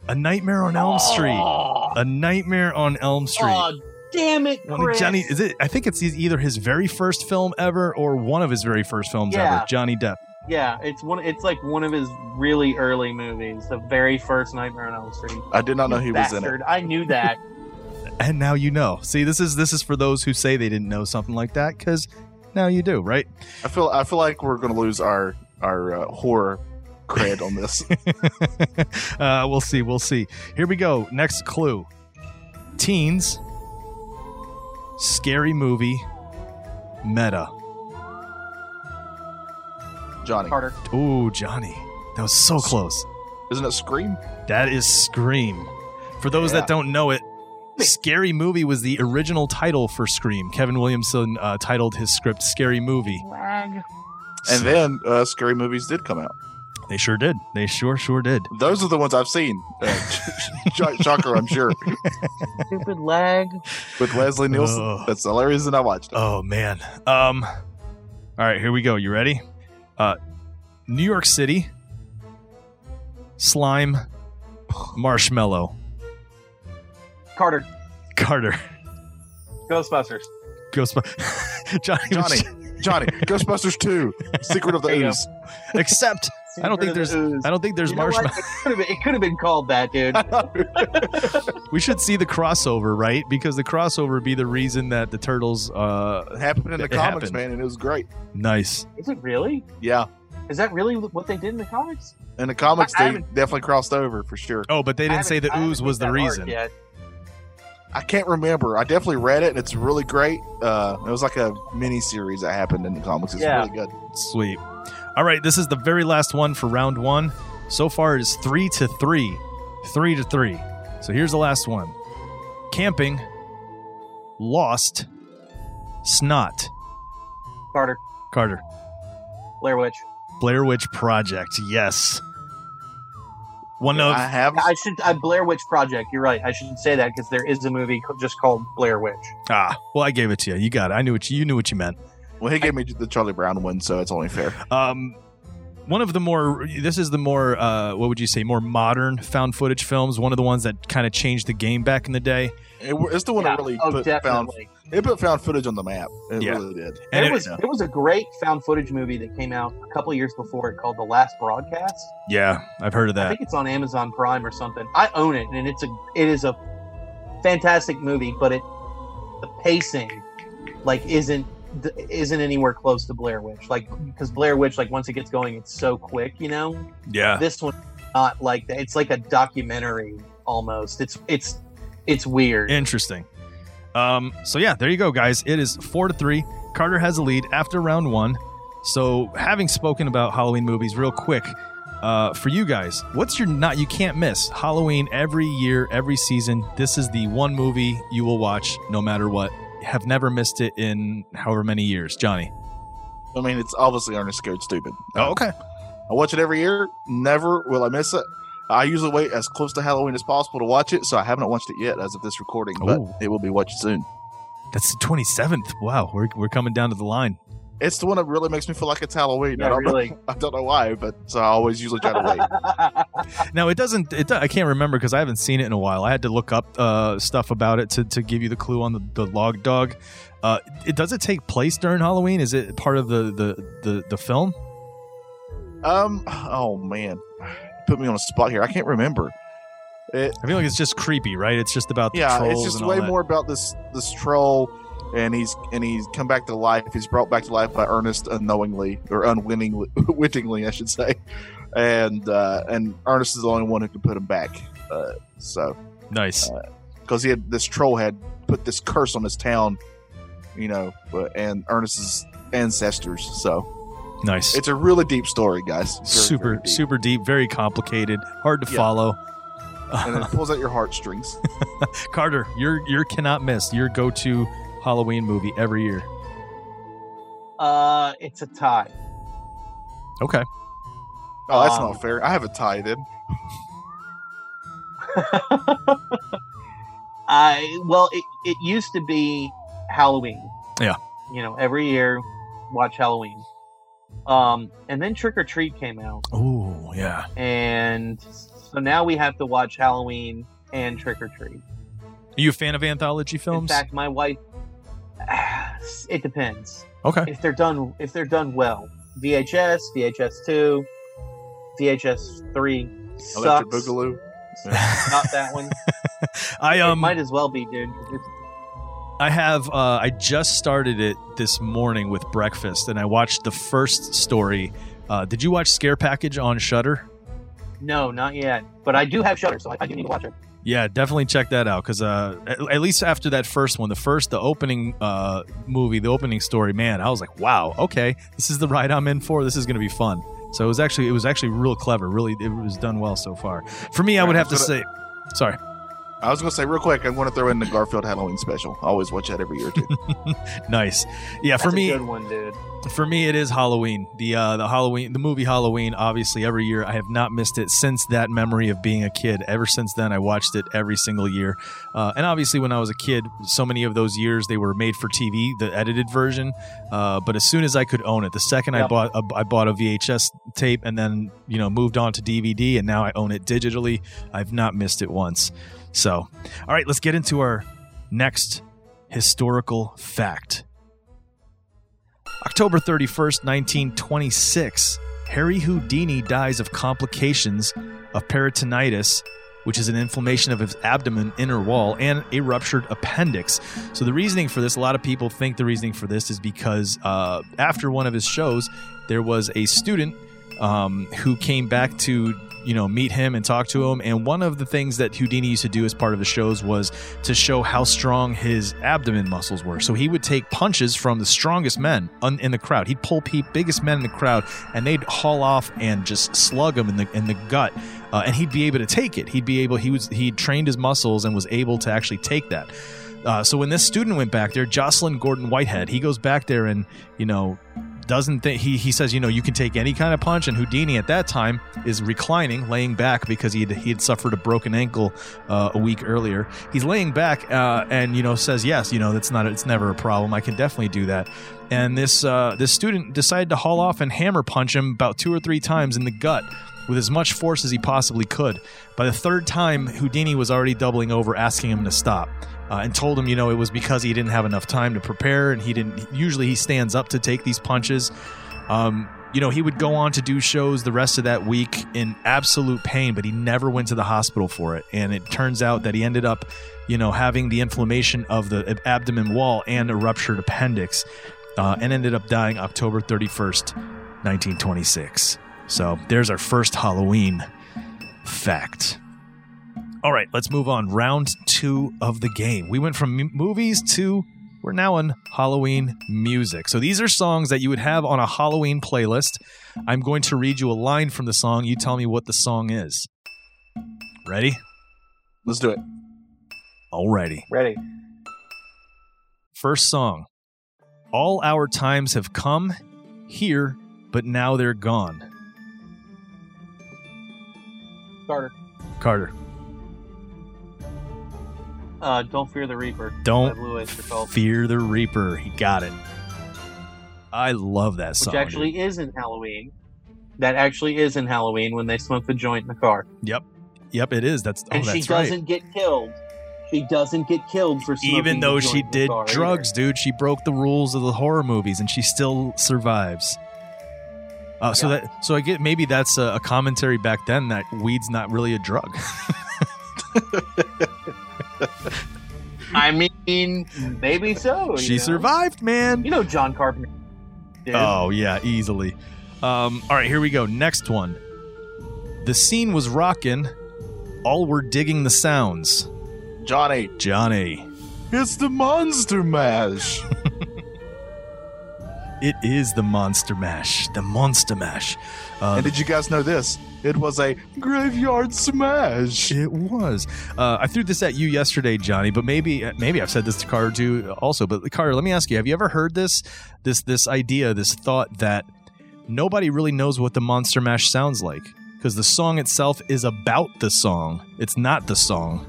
[SPEAKER 1] A Nightmare on Elm Street.
[SPEAKER 2] Oh,
[SPEAKER 1] A Nightmare on Elm Street.
[SPEAKER 2] oh, damn it,
[SPEAKER 1] One of
[SPEAKER 2] Chris.
[SPEAKER 1] Johnny is it? I think it's e, either his very first film ever or one of his very first films
[SPEAKER 2] Yeah.
[SPEAKER 1] ever. Johnny Depp.
[SPEAKER 2] Yeah, it's one. It's like one of his really early movies, the very first Nightmare on Elm Street.
[SPEAKER 3] I did not know he was in it.
[SPEAKER 2] Bastard. I knew that.
[SPEAKER 1] And now you know. See, this is this is for those who say they didn't know something like that because now you do, right?
[SPEAKER 3] I feel I feel like we're gonna lose our our uh, horror cred on this.
[SPEAKER 1] uh, we'll see. We'll see. Here we go. Next clue. Teens. Scary movie. Meta.
[SPEAKER 3] Johnny,
[SPEAKER 2] Carter.
[SPEAKER 1] Ooh, Johnny. That was so close.
[SPEAKER 3] isn't it Scream?
[SPEAKER 1] That is Scream. For those
[SPEAKER 3] Yeah.
[SPEAKER 1] that don't know it,
[SPEAKER 2] Wait.
[SPEAKER 1] Scary Movie was the original title for Scream. Kevin Williamson uh, titled his script Scary Movie.
[SPEAKER 2] Lag.
[SPEAKER 3] And then uh, scary movies did come out.
[SPEAKER 1] They sure did. They sure, sure did.
[SPEAKER 3] Those are the ones I've seen. Uh, Sh- shocker, I'm sure,
[SPEAKER 2] Stupid lag.
[SPEAKER 3] with Leslie Nielsen.
[SPEAKER 1] Oh.
[SPEAKER 3] That's the only reason I watched it.
[SPEAKER 1] Oh, man. Um, all right, here we go. You ready? Uh, New York City, Slime, Marshmallow,
[SPEAKER 2] Carter.
[SPEAKER 1] Carter,
[SPEAKER 2] Ghostbusters.
[SPEAKER 1] Ghostbusters. Johnny, was-
[SPEAKER 3] Johnny, Johnny, Ghostbusters Two, Secret of the
[SPEAKER 2] There you go.
[SPEAKER 3] Ooze.
[SPEAKER 1] Except, I don't think there's- I don't think there's marshmallow.
[SPEAKER 2] It could have been, it could have been called that, dude.
[SPEAKER 1] We should see the crossover, right? Because the crossover would be the reason that the turtles.
[SPEAKER 3] It
[SPEAKER 1] Uh,
[SPEAKER 3] happened in the
[SPEAKER 1] It
[SPEAKER 3] comics,
[SPEAKER 1] happened.
[SPEAKER 3] man, and it was great.
[SPEAKER 1] nice.
[SPEAKER 2] Is it really?
[SPEAKER 3] Yeah,
[SPEAKER 2] Is that really what they did in the comics?
[SPEAKER 3] in the comics,
[SPEAKER 2] I- I
[SPEAKER 3] they definitely crossed over for sure.
[SPEAKER 1] Oh, but they
[SPEAKER 2] I
[SPEAKER 1] didn't say
[SPEAKER 2] haven't-
[SPEAKER 1] the
[SPEAKER 2] I
[SPEAKER 1] ooze
[SPEAKER 2] haven't
[SPEAKER 1] was
[SPEAKER 2] hit
[SPEAKER 1] the
[SPEAKER 2] that arc
[SPEAKER 1] reason.
[SPEAKER 2] yet.
[SPEAKER 3] I can't remember. I definitely read it, and it's really great. Uh, it was like a mini series that happened in the comics. It's
[SPEAKER 2] Yeah.
[SPEAKER 3] really good.
[SPEAKER 1] Sweet. All right, this is the very last one for round one. So far, it is three to three, three to three. So here's the last one: camping, lost, snot.
[SPEAKER 2] Carter.
[SPEAKER 1] Carter,
[SPEAKER 2] Blair Witch.
[SPEAKER 1] Blair Witch Project. Yes. One of
[SPEAKER 3] I have.
[SPEAKER 2] I should. I Blair Witch Project. You're right. I should say that because there is a movie co- just called Blair Witch.
[SPEAKER 1] ah, well, I gave it to you. You got it. I knew what you, you knew what you meant.
[SPEAKER 3] Well, he gave me the Charlie Brown one, so it's only fair.
[SPEAKER 1] Um, one of the more, this is the more, uh, what would you say, more modern found footage films. One of the ones that kind of changed the game back in the day.
[SPEAKER 3] It, it's the one
[SPEAKER 2] Yeah,
[SPEAKER 3] that really
[SPEAKER 2] oh,
[SPEAKER 3] put found
[SPEAKER 2] definitely.
[SPEAKER 3] it put found footage on the map. It
[SPEAKER 1] Yeah.
[SPEAKER 3] really did.
[SPEAKER 1] And
[SPEAKER 2] there
[SPEAKER 1] it-
[SPEAKER 2] was there was a great found footage movie that came out a couple years before it called The Last Broadcast.
[SPEAKER 1] yeah, I've heard of
[SPEAKER 2] I
[SPEAKER 1] that.
[SPEAKER 2] think it's on Amazon Prime or something. I own it, and it's a it is a fantastic movie, but it the pacing like isn't th- isn't anywhere close to Blair Witch. Like because Blair Witch, like once it gets going, it's so quick, you know.
[SPEAKER 1] Yeah.
[SPEAKER 2] This one not like that. It's like a documentary almost. It's it's it's weird.
[SPEAKER 1] Interesting. Um, so yeah, there you go, guys. It is four to three. Carter has a lead after round one. So having spoken about Halloween movies real quick, uh, for you guys, what's your not you can't miss Halloween every year, every season. This is the one movie you will watch no matter what. Have never missed it in however many years, Johnny.
[SPEAKER 3] I mean, it's obviously Ernest Scared Stupid. Uh,
[SPEAKER 1] Oh,
[SPEAKER 2] Oh.
[SPEAKER 1] okay.
[SPEAKER 3] I watch it every year. Never will I miss it. I usually wait as close to Halloween as possible to watch it, so I haven't watched it yet as of this recording, but
[SPEAKER 1] Ooh.
[SPEAKER 3] it will be watched soon.
[SPEAKER 1] That's the twenty seventh. Wow, we're we're coming down to the line.
[SPEAKER 3] It's the one that really makes me feel like it's Halloween.
[SPEAKER 2] yeah,
[SPEAKER 3] I, don't know,
[SPEAKER 2] really.
[SPEAKER 3] I don't know why, but so I always usually try to wait.
[SPEAKER 1] Now it doesn't. It, do- I can't remember because I haven't seen it in a while. I had to look up uh, stuff about it to, to give you the clue on the, the log dog. Uh, it does it take place during Halloween? Is it part of the the the, the film?
[SPEAKER 3] Um. Oh man, put me on a spot here. I can't remember. It,
[SPEAKER 1] I feel like it's just creepy, right? It's just about the
[SPEAKER 3] yeah,
[SPEAKER 1] trolls
[SPEAKER 3] it's just
[SPEAKER 1] and all
[SPEAKER 3] way
[SPEAKER 1] that.
[SPEAKER 3] more about this this troll, and he's and he's come back to life. He's brought back to life by Ernest unknowingly or unwittingly, wittingly, I should say, and uh, and Ernest is the only one who can put him back. Uh, so
[SPEAKER 1] nice.
[SPEAKER 3] because he had this troll had put this curse on his town, you know, but, and Ernest's ancestors. So
[SPEAKER 1] nice.
[SPEAKER 3] it's a really deep story, guys. Very,
[SPEAKER 1] super
[SPEAKER 3] very deep.
[SPEAKER 1] super deep, very complicated, hard to
[SPEAKER 3] Yeah.
[SPEAKER 1] follow.
[SPEAKER 3] and it pulls at your heartstrings.
[SPEAKER 1] Carter, your your cannot miss your go to Halloween movie every year.
[SPEAKER 2] Uh, it's a tie.
[SPEAKER 1] Okay.
[SPEAKER 3] Oh, that's
[SPEAKER 2] Um,
[SPEAKER 3] not fair. I have a tie then.
[SPEAKER 2] I well, it, it used to be Halloween.
[SPEAKER 1] Yeah.
[SPEAKER 2] You know, every year, watch Halloween. Um, and then Trick or Treat came out,
[SPEAKER 1] Oh yeah.
[SPEAKER 2] and so now we have to watch Halloween and Trick or Treat.
[SPEAKER 1] Are you a fan of anthology films?
[SPEAKER 2] In fact, my wife. It depends.
[SPEAKER 1] Okay.
[SPEAKER 2] If they're done, if they're done well, VHS, VHS two, VHS three
[SPEAKER 3] Electric
[SPEAKER 2] sucks.
[SPEAKER 3] Boogaloo.
[SPEAKER 2] Not that one.
[SPEAKER 1] I
[SPEAKER 2] It
[SPEAKER 1] um
[SPEAKER 2] might as well be, dude. 'cause it's-
[SPEAKER 1] I have. Uh, I just started it this morning with breakfast, and I watched the first story. Uh, did you watch Scare Package on Shutter?
[SPEAKER 2] No, not yet. But I do have Shutter, so I, I do need to watch it.
[SPEAKER 1] Yeah, definitely check that out because uh, at, at least after that first one, the first, the opening uh, movie, the opening story, man, I was like, wow, okay, this is the ride I'm in for. This is going to be fun. So it was actually it was actually real clever. Really, it was done well so far. For me, I would
[SPEAKER 3] Yeah,
[SPEAKER 1] have to
[SPEAKER 3] that's what
[SPEAKER 1] say, sorry,
[SPEAKER 3] I was gonna say real quick. I'm gonna throw in the Garfield Halloween special. I always watch that every year too.
[SPEAKER 1] nice. Yeah, for
[SPEAKER 2] That's
[SPEAKER 1] me,
[SPEAKER 2] a good one, dude.
[SPEAKER 1] For me, it is Halloween. The uh, the Halloween, the movie Halloween. Obviously, every year I have not missed it since that memory of being a kid. Ever since then, I watched it every single year. Uh, and obviously, when I was a kid, so many of those years they were made for TV, the edited version. Uh, but as soon as I could own it, the second I
[SPEAKER 2] Yep.
[SPEAKER 1] bought a, I bought a VHS tape, and then you know moved on to DVD, and now I own it digitally. I've not missed it once. So, all right, let's get into our next historical fact. October 31st, 1926, Harry Houdini dies of complications of peritonitis, which is an inflammation of his abdomen inner wall and a ruptured appendix. So the reasoning for this, a lot of people think the reasoning for this is because uh, after one of his shows, there was a student um, who came back to you know meet him and talk to him and one of the things that houdini used to do as part of his shows was to show how strong his abdomen muscles were so he would take punches from the strongest men un- in the crowd he'd pull pe- biggest men in the crowd and they'd haul off and just slug him in the in the gut uh, and he'd be able to take it he'd be able he was he trained his muscles and was able to actually take that uh, so when this student went back there jocelyn gordon whitehead he goes back there and you know doesn't think he, he says you know you can take any kind of punch and houdini at that time is reclining laying back because he had, he had suffered a broken ankle uh, a week earlier he's laying back uh, and you know says yes you know that's not it's never a problem i can definitely do that and this uh, this student decided to haul off and hammer punch him about two or three times in the gut with as much force as he possibly could by the third time houdini was already doubling over asking him to stop uh, and told him, you know, it was because he didn't have enough time to prepare, and he didn't. Usually, he stands up to take these punches. Um, you know, he would go on to do shows the rest of that week in absolute pain, but he never went to the hospital for it. And it turns out that he ended up, you know, having the inflammation of the abdomen wall and a ruptured appendix, uh, and ended up dying October thirty first, nineteen twenty six. So there's our first Halloween fact. All right, let's move on. Round two of the game. We went from m- movies to we're now on Halloween music. So these are songs that you would have on a Halloween playlist. I'm going to read you a line from the song. You tell me what the song is. Ready?
[SPEAKER 3] Let's do it.
[SPEAKER 1] Alrighty.
[SPEAKER 2] Ready?
[SPEAKER 1] First song. All our times have come here, but now they're gone.
[SPEAKER 2] Carter.
[SPEAKER 1] Carter,
[SPEAKER 2] Uh, Don't Fear the Reaper. by
[SPEAKER 1] don't
[SPEAKER 2] Blue Oyster Cult.
[SPEAKER 1] fear the Reaper. He got it. I love that
[SPEAKER 2] Which
[SPEAKER 1] song. dude.
[SPEAKER 2] actually is in Halloween. That actually is in Halloween when they smoke the joint in the car.
[SPEAKER 1] Yep, it is. That's oh,
[SPEAKER 2] And she
[SPEAKER 1] that's right.
[SPEAKER 2] doesn't get killed. She doesn't get killed for smoking
[SPEAKER 1] Even
[SPEAKER 2] the
[SPEAKER 1] though she
[SPEAKER 2] joint with
[SPEAKER 1] did
[SPEAKER 2] Gar either.
[SPEAKER 1] drugs, dude, she broke the rules of the horror movies, and she still survives. Uh, so
[SPEAKER 2] Yeah.
[SPEAKER 1] that so I get maybe that's a, a commentary back then that weed's not really a drug.
[SPEAKER 2] I mean, maybe so. you
[SPEAKER 1] she
[SPEAKER 2] know?
[SPEAKER 1] survived, man.
[SPEAKER 2] You know John Carpenter. did.
[SPEAKER 1] Oh yeah, easily. Um, all right, here we go. Next one. The scene was rocking. All were digging the sounds.
[SPEAKER 3] Johnny,
[SPEAKER 1] Johnny,
[SPEAKER 3] it's the Monster Mash.
[SPEAKER 1] it is the Monster Mash. The Monster Mash. Uh,
[SPEAKER 3] and did you guys know this? It was a graveyard smash.
[SPEAKER 1] It was. Uh, I threw this at you yesterday, Johnny, but maybe maybe I've said this to Carter too, also. But Carter, let me ask you: Have you ever heard this this this idea, this thought that nobody really knows what the Monster Mash sounds like because the song itself is about the song. It's not the song.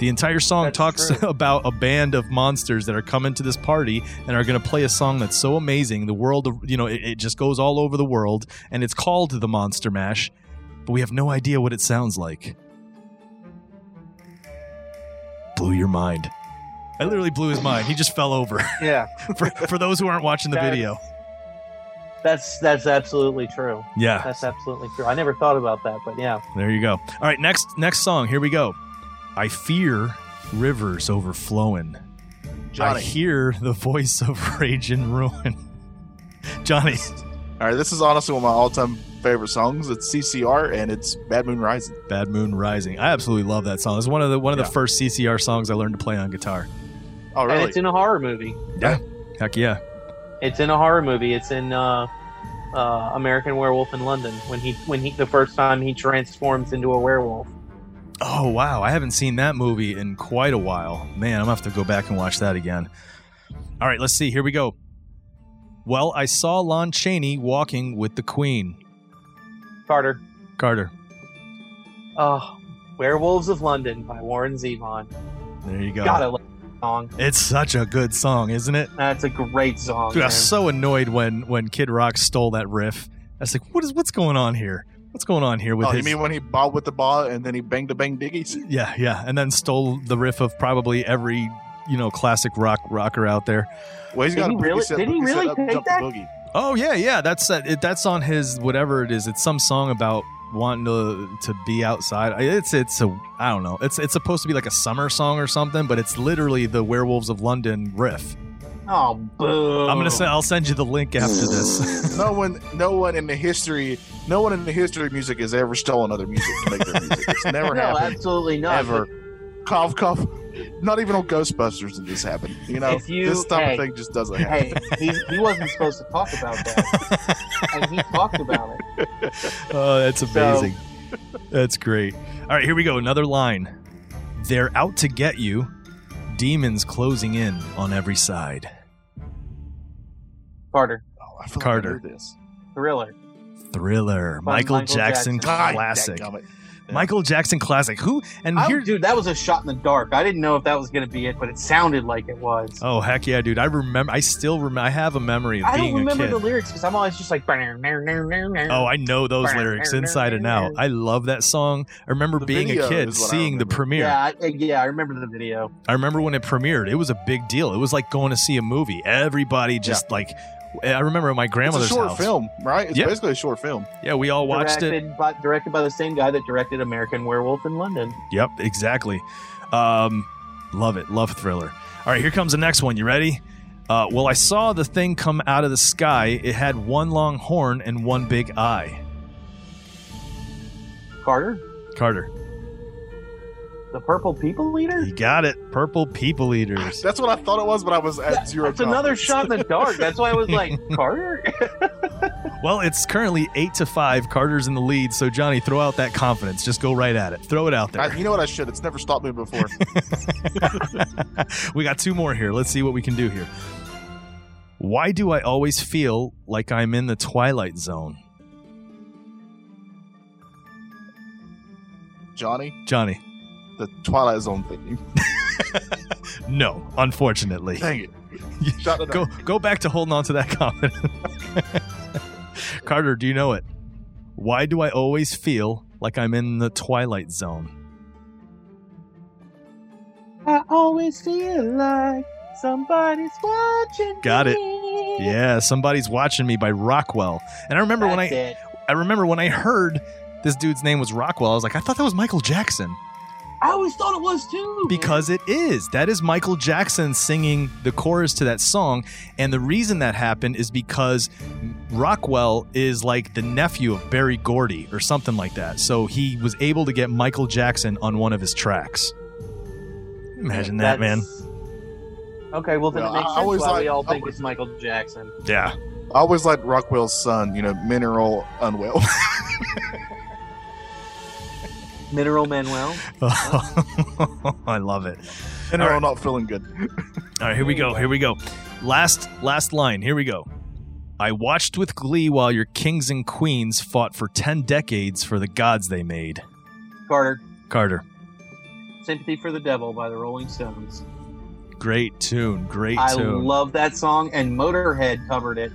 [SPEAKER 1] The entire song
[SPEAKER 2] That's
[SPEAKER 1] talks
[SPEAKER 2] true.
[SPEAKER 1] about a band of monsters that are coming to this party and are going to play a song that's so amazing. The world, of- you know, it, it just goes all over the world, and it's called the Monster Mash but we have no idea what it sounds like. Blew your mind. I literally blew his mind. He just fell over.
[SPEAKER 2] Yeah,
[SPEAKER 1] for, for those who aren't watching the
[SPEAKER 2] That-
[SPEAKER 1] video,
[SPEAKER 2] that's that's absolutely true.
[SPEAKER 1] yeah,
[SPEAKER 2] That's absolutely true. I never thought about that, but yeah.
[SPEAKER 1] there you go. All right, next next song. Here we go. I fear rivers overflowing. I
[SPEAKER 3] Johnny.
[SPEAKER 1] hear the voice of rage and ruin. Johnny,
[SPEAKER 3] All right, this is honestly one of my all-time favorite songs. It's CCR and it's Bad Moon Rising.
[SPEAKER 1] Bad Moon Rising. I absolutely love that song. It's one of the one of
[SPEAKER 3] Yeah.
[SPEAKER 1] the first CCR songs I learned to play on guitar.
[SPEAKER 3] Oh,
[SPEAKER 2] And
[SPEAKER 3] really?
[SPEAKER 2] it's in a horror movie.
[SPEAKER 1] Heck yeah.
[SPEAKER 2] It's in a horror movie. It's in uh, uh, American Werewolf in London when he when he the first time he transforms into a werewolf.
[SPEAKER 1] Oh wow, I haven't seen that movie in quite a while. Man, I'm gonna have to go back and watch that again. All right, let's see. Here we go. Well, I saw Lon Chaney walking with the Queen.
[SPEAKER 2] Carter.
[SPEAKER 1] Carter,
[SPEAKER 2] Oh, Werewolves of London by Warren Zevon.
[SPEAKER 1] there you go.
[SPEAKER 2] Gotta love that song.
[SPEAKER 1] It's such a good song, isn't it?
[SPEAKER 2] That's a great song.
[SPEAKER 1] Dude, I
[SPEAKER 2] Oh, man.
[SPEAKER 1] was so annoyed when when Kid Rock stole that riff. I was like, what is what's going on here? What's going on here with
[SPEAKER 3] Oh, you
[SPEAKER 1] his?
[SPEAKER 3] mean when he bobbed with the ball and then he banged the bang diggies?
[SPEAKER 1] yeah, yeah, and then stole the riff of probably every you know classic rock rocker out there.
[SPEAKER 3] Well, he's
[SPEAKER 2] Did
[SPEAKER 3] got
[SPEAKER 2] he
[SPEAKER 3] a boogie
[SPEAKER 2] really-
[SPEAKER 3] set.
[SPEAKER 2] did he
[SPEAKER 3] boogie set
[SPEAKER 2] really
[SPEAKER 3] up,
[SPEAKER 2] take
[SPEAKER 3] jump the
[SPEAKER 2] that?
[SPEAKER 3] Boogie.
[SPEAKER 1] Oh yeah, yeah. That's that. It, that's on his whatever it is. It's some song about wanting to to be outside. I- It's it's a I don't know. It's it's supposed to be like a summer song or something, but it's literally the Werewolves of London riff.
[SPEAKER 2] Oh, boo.
[SPEAKER 1] I'm gonna send. I'll send you the link after this.
[SPEAKER 3] No one, no one in the history, no one in the history of music has ever stolen other music to make their music. It's never
[SPEAKER 2] No,
[SPEAKER 3] happened
[SPEAKER 2] absolutely not.
[SPEAKER 3] ever. Cough, cough. Not even on Ghostbusters did this happen. You know,
[SPEAKER 2] If you-
[SPEAKER 3] this type
[SPEAKER 2] hey.
[SPEAKER 3] of thing just doesn't
[SPEAKER 2] But,
[SPEAKER 3] happen.
[SPEAKER 2] Hey, he, he wasn't supposed to talk about that, and he talked about it.
[SPEAKER 1] oh, that's amazing. That's great. All right, here we go. Another line. They're out to get you. Demons closing in on every side.
[SPEAKER 2] Carter,
[SPEAKER 3] Oh, I feel
[SPEAKER 1] Carter.
[SPEAKER 3] Like I heard this.
[SPEAKER 2] Thriller.
[SPEAKER 1] Thriller.
[SPEAKER 2] By
[SPEAKER 1] Michael,
[SPEAKER 2] Michael
[SPEAKER 1] Jackson,
[SPEAKER 2] Jackson.
[SPEAKER 3] God,
[SPEAKER 1] classic.
[SPEAKER 3] dadgummit. Ah, Yeah.
[SPEAKER 1] Michael Jackson classic. Who and
[SPEAKER 2] I-
[SPEAKER 1] here
[SPEAKER 2] dude, that was a shot in the dark. I didn't know if that was going to be it, but it sounded like it was.
[SPEAKER 1] Oh heck yeah, dude! I remember. I still remember. I have a memory of
[SPEAKER 2] I
[SPEAKER 1] being
[SPEAKER 2] don't remember
[SPEAKER 1] a kid.
[SPEAKER 2] the lyrics because I'm always just like.
[SPEAKER 1] Oh,
[SPEAKER 2] Oh,
[SPEAKER 1] I know those lyrics inside and out. I love that song. I remember
[SPEAKER 3] The
[SPEAKER 1] being a
[SPEAKER 3] video
[SPEAKER 1] kid
[SPEAKER 3] is what I
[SPEAKER 1] seeing the
[SPEAKER 3] remember.
[SPEAKER 1] premiere.
[SPEAKER 2] yeah, I, yeah, I remember the video.
[SPEAKER 1] I remember when it premiered. It was a big deal. It was like going to see a movie. Everybody just like. I remember at my
[SPEAKER 3] It's a
[SPEAKER 1] grandmother's
[SPEAKER 3] short
[SPEAKER 1] house.
[SPEAKER 3] film, right? It's
[SPEAKER 1] Yeah.
[SPEAKER 3] basically a short film.
[SPEAKER 1] Yeah, we all watched it.
[SPEAKER 2] directed By, directed by the same guy that directed American Werewolf in London.
[SPEAKER 1] Yep, exactly. Um, love it. Love thriller. All right, here comes the next one. You ready? Uh, well, I saw the thing come out of the sky. It had one long horn and one big eye.
[SPEAKER 2] Carter,
[SPEAKER 1] Carter,
[SPEAKER 2] the Purple People Leader.
[SPEAKER 1] you got it. Purple people eaters.
[SPEAKER 3] That's what I thought it was, but I was at zero.
[SPEAKER 2] That's another
[SPEAKER 3] confidence.
[SPEAKER 2] shot in the dark. That's why I was like, Carter.
[SPEAKER 1] Well, it's currently eight to five. Carter's in the lead, so Johnny, throw out that confidence. Just go right at it. Throw it out
[SPEAKER 3] I,
[SPEAKER 1] there.
[SPEAKER 3] you know what I should? It's never stopped me before.
[SPEAKER 1] we got two more here. Let's see what we can do here. Why do I always feel like I'm in the twilight zone,
[SPEAKER 3] Johnny,
[SPEAKER 1] Johnny?
[SPEAKER 3] the Twilight Zone thing.
[SPEAKER 1] No, unfortunately.
[SPEAKER 3] Dang it. Shot in the
[SPEAKER 1] Go go back to holding on to that confidence. Carter, do you know it? Why do I always feel like I'm in the twilight zone?
[SPEAKER 2] I always feel like somebody's watching.
[SPEAKER 1] Got it.
[SPEAKER 2] me.
[SPEAKER 1] Yeah, somebody's watching me by Rockwell. And I remember when I
[SPEAKER 2] That's it.
[SPEAKER 1] I remember when I heard this dude's name was Rockwell, I was like, I thought that was Michael Jackson.
[SPEAKER 2] I always thought it was too.
[SPEAKER 1] Because it is. That is Michael Jackson singing the chorus to that song. And the reason that happened is because Rockwell is like the nephew of Barry Gordy or something like that. So he was able to get Michael Jackson on one of his tracks. Imagine that, man.
[SPEAKER 2] That's- Okay, well then
[SPEAKER 3] Well,
[SPEAKER 2] it makes
[SPEAKER 3] I
[SPEAKER 2] sense why
[SPEAKER 3] always like-
[SPEAKER 2] we all
[SPEAKER 3] I
[SPEAKER 2] think it's Michael Jackson.
[SPEAKER 1] Yeah.
[SPEAKER 3] I always liked Rockwell's son, you know, Mineral Unwell.
[SPEAKER 2] Mineral Manuel.
[SPEAKER 1] I love it.
[SPEAKER 3] Mineral
[SPEAKER 1] All right.
[SPEAKER 3] not feeling good.
[SPEAKER 1] All right, here we go. Here we go. Last last line. Here we go. I watched with glee while your kings and queens fought for 10 decades for the gods they made.
[SPEAKER 2] Carter.
[SPEAKER 1] Carter,
[SPEAKER 2] Sympathy for the Devil by the Rolling Stones.
[SPEAKER 1] great tune. Great
[SPEAKER 2] I
[SPEAKER 1] tune.
[SPEAKER 2] love that song, and Motorhead covered it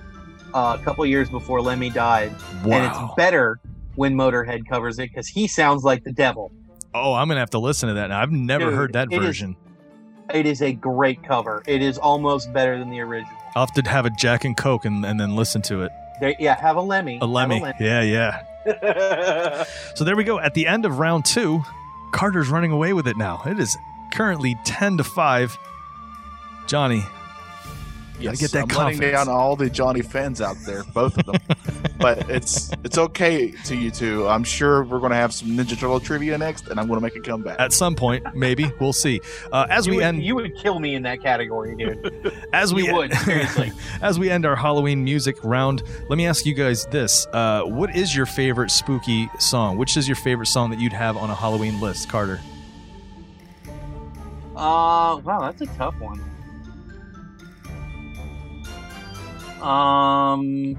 [SPEAKER 2] uh, a couple years before Lemmy died. And
[SPEAKER 1] wow.
[SPEAKER 2] it's better when Motorhead covers it because he sounds like the devil.
[SPEAKER 1] oh, I'm going to have to listen to that now. I've never
[SPEAKER 2] Dude,
[SPEAKER 1] heard that
[SPEAKER 2] it is-
[SPEAKER 1] version.
[SPEAKER 2] It is a great cover. It is almost better than the original.
[SPEAKER 1] I'll have to have a Jack and Coke and, and then listen to it.
[SPEAKER 2] There, yeah, have a Lemmy.
[SPEAKER 1] A Lemmy. Yeah, yeah.
[SPEAKER 2] Have a Lemmy.
[SPEAKER 1] So there we go. At the end of round two, Carter's running away with it now. It is currently 10 to 5. Johnny, Gotta get that
[SPEAKER 3] I'm letting
[SPEAKER 1] confidence.
[SPEAKER 3] down all the Johnny fans out there, both of them. but it's it's okay to you two. I'm sure we're gonna have some Ninja Turtle trivia next, and I'm gonna make a comeback.
[SPEAKER 1] at some point, maybe, we'll see. Uh, as
[SPEAKER 2] you,
[SPEAKER 1] we
[SPEAKER 2] would,
[SPEAKER 1] end.
[SPEAKER 2] you would kill me in that category, dude.
[SPEAKER 1] as we
[SPEAKER 2] you would, seriously.
[SPEAKER 1] as we end our Halloween music round, let me ask you guys this: uh, What is your favorite spooky song? Which is your favorite song that you'd have on a Halloween list, Carter?
[SPEAKER 2] Uh, wow, that's a tough one. Um,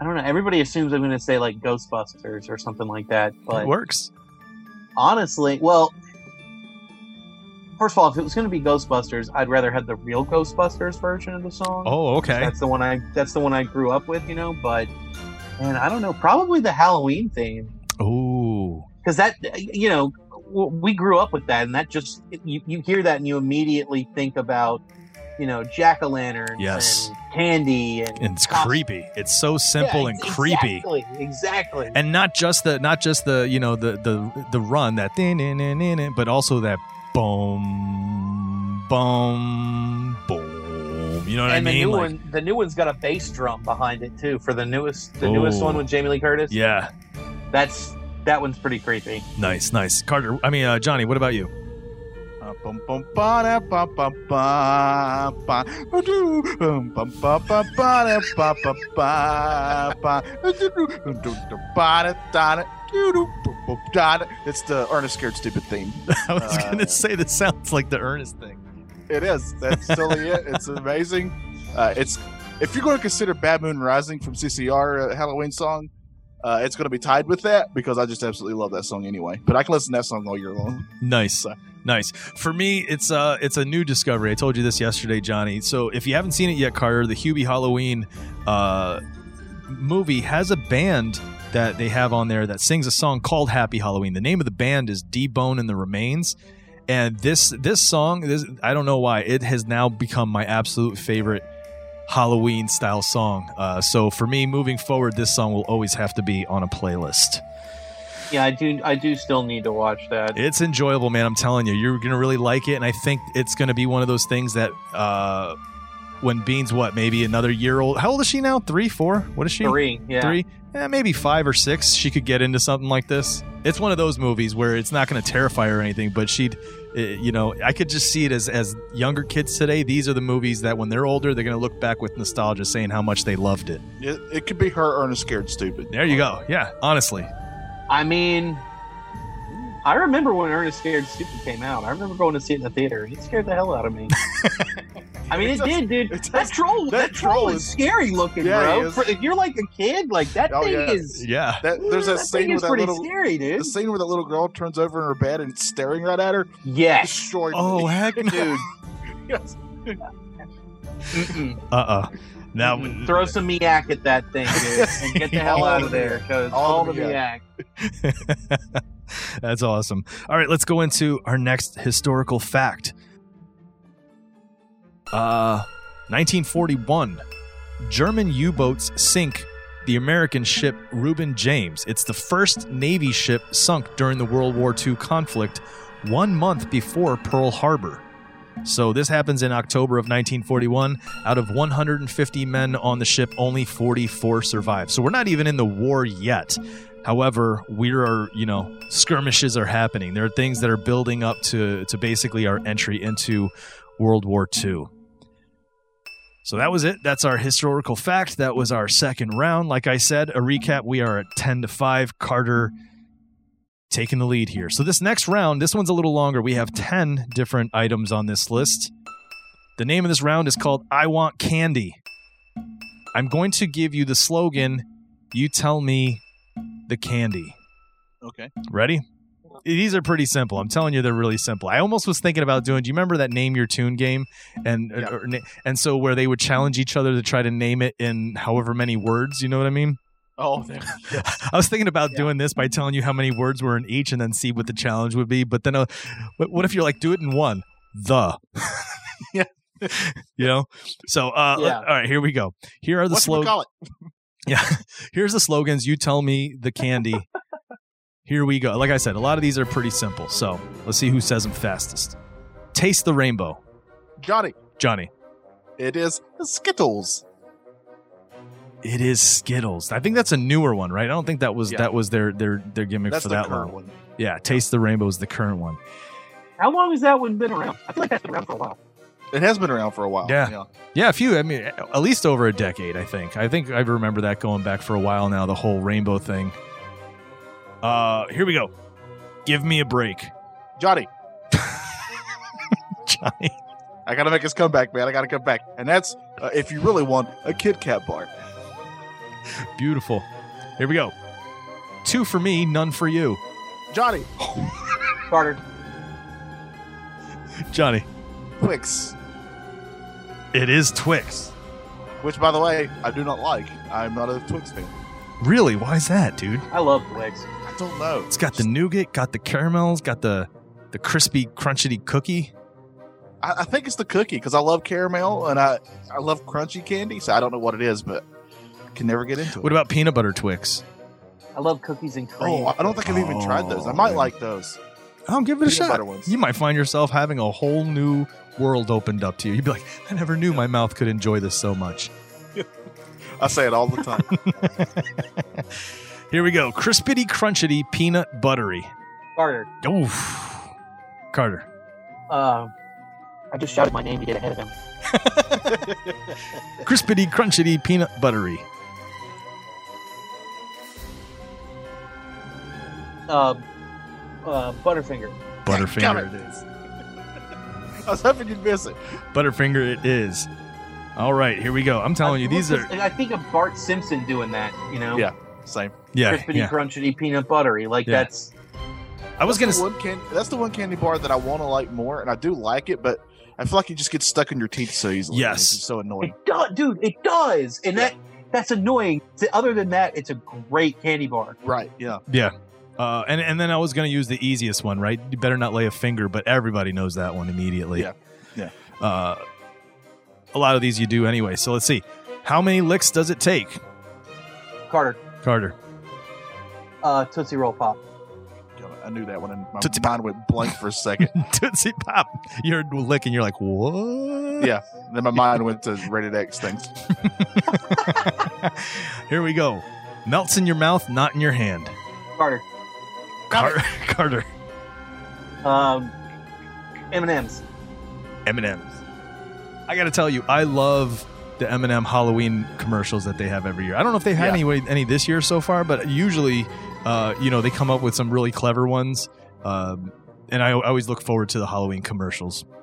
[SPEAKER 2] I don't know. Everybody assumes I'm going to say like Ghostbusters or something like that, but
[SPEAKER 1] it works.
[SPEAKER 2] honestly, well, first of all, if it was going to be Ghostbusters, I'd rather have the real Ghostbusters version of the song.
[SPEAKER 1] Oh, okay.
[SPEAKER 2] That's the one I. That's the one I grew up with, you know. But, and I don't know, probably the Halloween theme
[SPEAKER 1] Ooh,
[SPEAKER 2] because that you know w- we grew up with that and that just you, you hear that and you immediately think about you know jack-o'-lanterns
[SPEAKER 1] Yes.
[SPEAKER 2] and candy and,
[SPEAKER 1] and it's
[SPEAKER 2] cops-
[SPEAKER 1] creepy. It's so
[SPEAKER 2] Yeah,
[SPEAKER 1] simple and
[SPEAKER 2] ex-
[SPEAKER 1] creepy.
[SPEAKER 2] exactly exactly
[SPEAKER 1] And not just the not just the you know the the the run that din-din-din-din, but also that boom boom boom. You know what I
[SPEAKER 2] And the
[SPEAKER 1] mean?
[SPEAKER 2] new
[SPEAKER 1] Like,
[SPEAKER 2] one the new one's got a bass drum behind it too for the newest the newest
[SPEAKER 1] Ooh.
[SPEAKER 2] one with jamie lee curtis
[SPEAKER 1] Yeah,
[SPEAKER 2] that's that one's pretty creepy
[SPEAKER 1] nice, nice. Carter, I mean uh, Johnny, what about you?
[SPEAKER 3] Uh, bum, bum, ba, da, ba, ba, ba, ba, ba, doo, um, bum, ba, ba, ba, da, ba, ba, ba, ba, ba, doo, doo, doo, doo, doo, ba, da, da, da, doo, doo, doo, doo, da, da. It's the Ernest Scared Stupid theme.
[SPEAKER 1] I was
[SPEAKER 3] Uh,
[SPEAKER 1] gonna say that sounds like the Ernest thing.
[SPEAKER 3] It is. That's totally it. It's amazing. Uh, it's if you're going to consider Bad Moon Rising from CCR a Halloween song, uh, it's going to be tied with that because I just absolutely love that song anyway. But I can listen to that song all year long.
[SPEAKER 1] Nice. Nice. For me, it's uh it's a new discovery. I told you this yesterday, Johnny. So if you haven't seen it yet, Carter, the Hubie Halloween uh movie has a band that they have on there that sings a song called Happy Halloween. The name of the band is D Bone and the Remains. And this this song, this I don't know why, it has now become my absolute favorite Halloween style song. Uh, so for me, moving forward, this song will always have to be on a playlist.
[SPEAKER 2] yeah i do i do still need to watch that
[SPEAKER 1] It's enjoyable, man. I'm telling you, you're gonna really like it, and I think it's gonna be one of those things that uh, when Bean's what, maybe another year old? How old is she now? Three, four? What is she?
[SPEAKER 2] three yeah
[SPEAKER 1] Three? Eh, maybe five or six. She could get into something like this. It's one of those movies where it's not gonna terrify her or anything, but she'd, eh, you know, I could just see it as as younger kids today. These are the movies that when they're older, they're gonna look back with nostalgia, saying how much they loved it.
[SPEAKER 3] It, it could be her Ernest Scared Stupid.
[SPEAKER 1] There you go. Yeah, honestly,
[SPEAKER 2] i mean I remember when Ernest Scared Stupid came out. I remember going to see it in the theater. It scared the hell out of me. I mean, it,
[SPEAKER 3] It does-
[SPEAKER 2] did, dude.
[SPEAKER 3] it
[SPEAKER 2] That
[SPEAKER 3] does-
[SPEAKER 2] troll, that, troll, is, scary looking,
[SPEAKER 3] Yeah, it
[SPEAKER 2] bro.
[SPEAKER 3] is.
[SPEAKER 2] For- if you're like a kid, like that
[SPEAKER 3] Oh,
[SPEAKER 2] thing
[SPEAKER 3] yeah.
[SPEAKER 2] is.
[SPEAKER 1] yeah,
[SPEAKER 3] That, there's that,
[SPEAKER 2] that
[SPEAKER 3] scene
[SPEAKER 2] thing
[SPEAKER 3] where
[SPEAKER 2] is
[SPEAKER 3] that
[SPEAKER 2] pretty
[SPEAKER 3] little
[SPEAKER 2] scary, dude.
[SPEAKER 3] the scene where that little girl turns over in her bed and it's staring right at her.
[SPEAKER 2] Yes,
[SPEAKER 3] Destroyed.
[SPEAKER 1] Oh,
[SPEAKER 3] me.
[SPEAKER 1] heck no.
[SPEAKER 3] dude. Yes.
[SPEAKER 2] Mm-mm.
[SPEAKER 1] uh, uh now
[SPEAKER 2] Mm-mm. throw some miak at that thing, dude, and get the hell
[SPEAKER 1] All
[SPEAKER 2] out
[SPEAKER 1] of
[SPEAKER 2] of there because
[SPEAKER 3] All
[SPEAKER 2] all
[SPEAKER 3] the
[SPEAKER 2] the miak.
[SPEAKER 1] That's awesome. All right, let's go into our next historical fact. Uh, 1941, German U boats sink the American ship Reuben James. It's the first Navy ship sunk during the World War II conflict, one month before Pearl Harbor. So this happens in October of 1941. Out of 150 men on the ship, only 44 survive. So we're not even in the war yet. However, we are, you know, skirmishes are happening. There are things that are building up to to basically our entry into World War II. So that was it. That's our historical fact. That was our second round. Like I said, a recap. We are at 10 to 5. Carter taking the lead here. So this next round, this one's a little longer. We have 10 different items on this list. The name of this round is called I Want Candy. I'm going to give you the slogan, you tell me the candy.
[SPEAKER 3] Okay.
[SPEAKER 1] Ready? These are pretty simple. I'm telling you, they're really simple. I almost was thinking about doing. Do you remember that name your tune game? And
[SPEAKER 3] Yeah.
[SPEAKER 1] or na- and so where they would challenge each other to try to name it in however many words. You know what I mean?
[SPEAKER 3] Oh, there-
[SPEAKER 1] I was thinking about
[SPEAKER 2] Yeah.
[SPEAKER 1] doing this by telling you how many words were in each, and then see what the challenge would be. But then, uh, what what if you're like, do it in one? The.
[SPEAKER 3] Yeah.
[SPEAKER 1] you know. So, uh, let-
[SPEAKER 2] Yeah.
[SPEAKER 1] all right, here we go. Here are the
[SPEAKER 3] Whatchamacallit?
[SPEAKER 1] slogans. Yeah. Here's the slogans. You tell me the candy. Here we go. Like I said, a lot of these are pretty simple. So let's see who says them fastest. Taste the rainbow.
[SPEAKER 3] Got it.
[SPEAKER 1] Johnny.
[SPEAKER 3] It is Skittles.
[SPEAKER 1] It is Skittles. I think that's a newer one, right? I don't think that was
[SPEAKER 3] Yeah.
[SPEAKER 1] that was their their their gimmick
[SPEAKER 3] That's
[SPEAKER 1] for
[SPEAKER 3] the
[SPEAKER 1] that
[SPEAKER 3] current
[SPEAKER 1] long.
[SPEAKER 3] one.
[SPEAKER 1] Yeah, Taste the Rainbow is the current one.
[SPEAKER 2] How long has that one been around? I feel like that's been around for a while.
[SPEAKER 3] It has been around for a while.
[SPEAKER 1] Yeah. Yeah, a few. I mean, at least over a decade, I think. I think I remember that going back for a while now, the whole rainbow thing. Uh, here we go. Give me a break.
[SPEAKER 3] Johnny,
[SPEAKER 1] Johnny.
[SPEAKER 3] I gotta make his comeback, man. I gotta come back, and that's uh, if you really want a Kit Kat bar.
[SPEAKER 1] Beautiful. Here we go. Two for me, none for you.
[SPEAKER 3] Johnny,
[SPEAKER 2] Carter,
[SPEAKER 1] Johnny.
[SPEAKER 3] Twix,
[SPEAKER 1] It is Twix.
[SPEAKER 3] which by the way I do not like. I'm not a Twix fan.
[SPEAKER 1] Really? Why is that, dude?
[SPEAKER 2] I love Twix.
[SPEAKER 3] I don't know.
[SPEAKER 1] It's got the nougat, got the caramels, got the the crispy, crunchity cookie.
[SPEAKER 3] I, I think it's the cookie because I love caramel and I I love crunchy candy, so I don't know what it is, but I can never get into it.
[SPEAKER 1] What about peanut butter Twix?
[SPEAKER 2] I love cookies and cream.
[SPEAKER 3] Oh, I don't think I've even tried those. I might
[SPEAKER 1] Oh.
[SPEAKER 3] like those.
[SPEAKER 1] I'll give it a
[SPEAKER 3] Peanut
[SPEAKER 1] shot.
[SPEAKER 3] butter ones.
[SPEAKER 1] You might find yourself having a whole new world opened up to you. You'd be like, I never knew my mouth could enjoy this so much.
[SPEAKER 3] I say it all the time.
[SPEAKER 1] Here we go. Crispity crunchity peanut buttery.
[SPEAKER 2] Carter,
[SPEAKER 1] Oof. Carter.
[SPEAKER 2] um, I just shouted my name to get ahead of him.
[SPEAKER 1] Crispity crunchity peanut buttery.
[SPEAKER 2] Um, uh, Butterfinger.
[SPEAKER 3] Damn
[SPEAKER 1] Butterfinger
[SPEAKER 3] it.
[SPEAKER 1] it is.
[SPEAKER 3] I was hoping you'd miss it.
[SPEAKER 1] Butterfinger it is. All right, here we go. I'm telling you,
[SPEAKER 2] I-
[SPEAKER 1] these are
[SPEAKER 2] and I think of Bart Simpson doing that. You know,
[SPEAKER 3] Yeah, Same.
[SPEAKER 1] yeah,
[SPEAKER 2] crispity,
[SPEAKER 1] yeah.
[SPEAKER 2] crunchity, peanut buttery. Like
[SPEAKER 1] Yeah.
[SPEAKER 2] that's
[SPEAKER 1] I was gonna
[SPEAKER 3] That's
[SPEAKER 1] s-
[SPEAKER 3] the one can- that's the one candy bar that I want to like more, and I do like it, but I feel like it just gets stuck in your teeth so easily.
[SPEAKER 1] Yes.
[SPEAKER 3] it's just so
[SPEAKER 2] it
[SPEAKER 3] annoying.
[SPEAKER 2] does, dude. It does, and that that's annoying. Th- Other than that, it's a great candy bar.
[SPEAKER 3] right? Yeah.
[SPEAKER 1] uh, and and then I was gonna use the easiest one, right? You better not lay a finger, but everybody knows that one immediately.
[SPEAKER 3] Yeah, yeah.
[SPEAKER 1] Uh, a lot of these you do anyway. So let's see, how many licks does it take,
[SPEAKER 2] Carter,
[SPEAKER 1] Carter?
[SPEAKER 2] uh, Tootsie Roll Pop.
[SPEAKER 3] God, I knew that one, and my
[SPEAKER 1] Tootsie
[SPEAKER 3] mind went blank for a second.
[SPEAKER 1] Tootsie Pop. You're licking. You're like what?
[SPEAKER 3] Yeah. And then my mind went to rated X things.
[SPEAKER 1] here we go. Melts in your mouth, not in your hand.
[SPEAKER 2] Carter,
[SPEAKER 3] Got
[SPEAKER 1] Car- Carter.
[SPEAKER 2] um, M and M's.
[SPEAKER 1] M&Ms. I got to tell you, I love the M&M Halloween commercials that they have every year. I don't know if they've had
[SPEAKER 3] Yeah.
[SPEAKER 1] any any this year so far, but usually, uh, you know, they come up with some really clever ones. Um, and I, I always look forward to the Halloween commercials.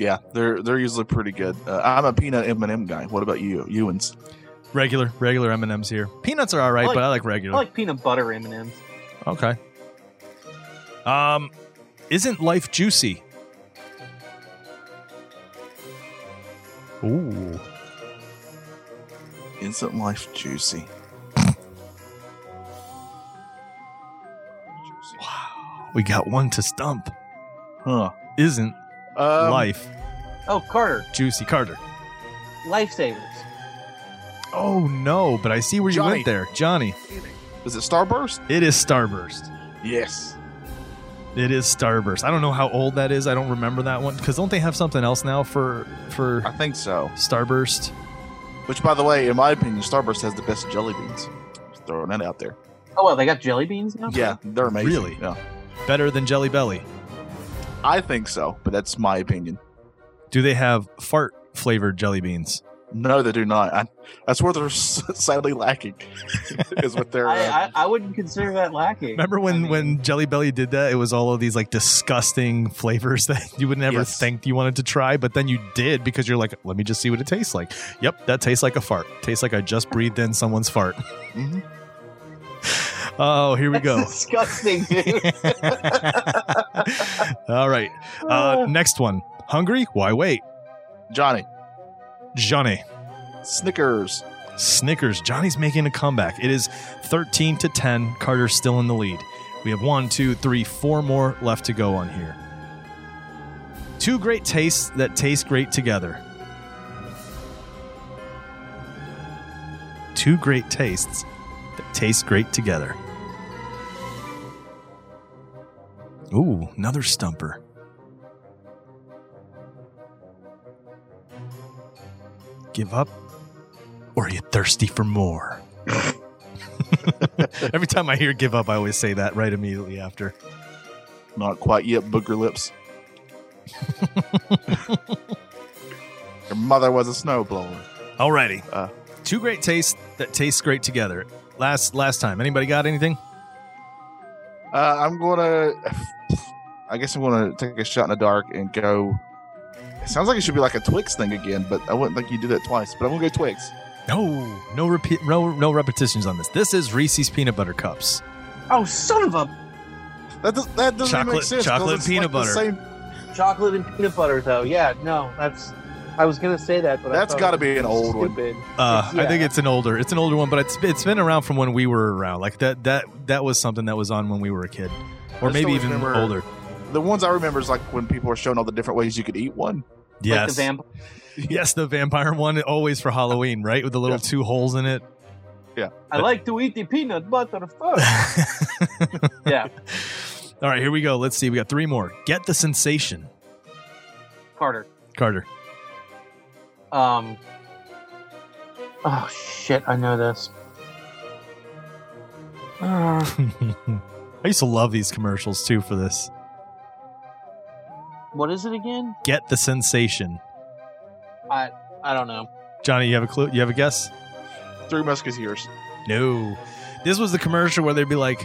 [SPEAKER 3] Yeah, they're they're usually pretty good. Uh, I'm a peanut M and m guy. What about you, Ewan's?
[SPEAKER 1] Regular, regular M&Ms here. Peanuts are all right,
[SPEAKER 2] I like-
[SPEAKER 1] but I like
[SPEAKER 2] I
[SPEAKER 1] regular.
[SPEAKER 2] like peanut butter M and M's.
[SPEAKER 1] okay. Um, isn't life juicy? Ooh.
[SPEAKER 3] Isn't life juicy? Juicy.
[SPEAKER 1] Wow. We got one to stump.
[SPEAKER 3] Huh.
[SPEAKER 1] Isn't
[SPEAKER 3] Um,
[SPEAKER 1] life
[SPEAKER 2] Oh, Carter,
[SPEAKER 1] juicy, Carter?
[SPEAKER 2] lifesavers.
[SPEAKER 1] Oh no! But I see where you
[SPEAKER 3] Johnny.
[SPEAKER 1] went there, Johnny.
[SPEAKER 3] Is it Starburst?
[SPEAKER 1] It is Starburst.
[SPEAKER 3] Yes.
[SPEAKER 1] It is Starburst. I don't know how old that is. I don't remember that one because don't they have something else now for for
[SPEAKER 3] I think so.
[SPEAKER 1] Starburst?
[SPEAKER 3] Which, by the way, in my opinion, Starburst has the best jelly beans. Just throwing that out there.
[SPEAKER 2] Oh well, they got jelly beans now.
[SPEAKER 3] Yeah, they're amazing.
[SPEAKER 1] Really?
[SPEAKER 3] Yeah.
[SPEAKER 1] Better than Jelly Belly.
[SPEAKER 3] I think so, but that's my opinion.
[SPEAKER 1] Do they have fart flavored jelly beans?
[SPEAKER 3] No, they do not. I, that's what they're s- sadly lacking. is what they're.
[SPEAKER 2] I,
[SPEAKER 3] Uh,
[SPEAKER 2] I, I wouldn't consider that lacking.
[SPEAKER 1] Remember when
[SPEAKER 2] I mean,
[SPEAKER 1] when Jelly Belly did that? It was all of these like disgusting flavors that you would never
[SPEAKER 3] Yes.
[SPEAKER 1] think you wanted to try, but then you did because you're like, let me just see what it tastes like. Yep, that tastes like a fart. Tastes like I just breathed in someone's fart.
[SPEAKER 3] mhm.
[SPEAKER 1] Oh, here we
[SPEAKER 2] that's
[SPEAKER 1] go.
[SPEAKER 2] Disgusting, dude.
[SPEAKER 1] all right, uh, next one. Hungry? Why wait?
[SPEAKER 3] Johnny,
[SPEAKER 1] Johnny.
[SPEAKER 3] Snickers.
[SPEAKER 1] Snickers. Johnny's making a comeback. It is 13 to 10. Carter's still in the lead. We have one, two, three, four more left to go on here. Two great tastes that taste great together. Two great tastes that taste great together. Ooh, another stumper. Give up or are you thirsty for more? Every time I hear give up, I always say that right immediately after.
[SPEAKER 3] Not quite yet, booger lips. Your mother was a snowblower.
[SPEAKER 1] Alrighty.
[SPEAKER 3] Uh.
[SPEAKER 1] Two great tastes that taste great together. Last last time. Anybody got anything?
[SPEAKER 3] Uh, I'm gonna. I guess I'm gonna take a shot in the dark and go. It sounds like it should be like a Twix thing again, but I wouldn't think you do that twice. But I'm gonna go Twix.
[SPEAKER 1] No. No repeat no no repetitions on this. This is Reese's peanut butter cups.
[SPEAKER 2] oh, son of a
[SPEAKER 3] That, does, that doesn't even
[SPEAKER 1] Chocolate-
[SPEAKER 3] make sense. 'cause
[SPEAKER 1] chocolate
[SPEAKER 3] it's
[SPEAKER 1] peanut
[SPEAKER 3] like
[SPEAKER 1] butter.
[SPEAKER 3] the Same,
[SPEAKER 2] chocolate and peanut butter, though. Yeah, no, that's. I was gonna say that, but
[SPEAKER 3] That's
[SPEAKER 2] I
[SPEAKER 3] gotta
[SPEAKER 2] got to
[SPEAKER 3] be an old one.
[SPEAKER 2] stupid.
[SPEAKER 1] Uh, I
[SPEAKER 2] Yeah.
[SPEAKER 1] think it's an older it's an older one, but it's it's been around from when we were around. Like that that that was something that was on when we were a kid. Or
[SPEAKER 3] I just
[SPEAKER 1] maybe
[SPEAKER 3] don't
[SPEAKER 1] even
[SPEAKER 3] remember-
[SPEAKER 1] older.
[SPEAKER 3] the ones I remember is like when people are showing all the different ways you could eat one.
[SPEAKER 2] Like
[SPEAKER 1] Yes.
[SPEAKER 2] the vamp-
[SPEAKER 1] yes, the vampire one always for Halloween, right? With the little two holes in it.
[SPEAKER 2] I like to eat the peanut butter first. Yeah.
[SPEAKER 1] All right, here we go. Let's see. We got three more. Get the sensation,
[SPEAKER 2] Carter.
[SPEAKER 1] Carter.
[SPEAKER 2] Um. Oh shit! I know this. Uh,
[SPEAKER 1] I used to love these commercials too for this.
[SPEAKER 2] what is it again?
[SPEAKER 1] Get the sensation,
[SPEAKER 2] I don't know.
[SPEAKER 1] Johnny. You have a clue? You have a guess?
[SPEAKER 3] Three Musketeers.
[SPEAKER 1] No. This was the commercial where they'd be like,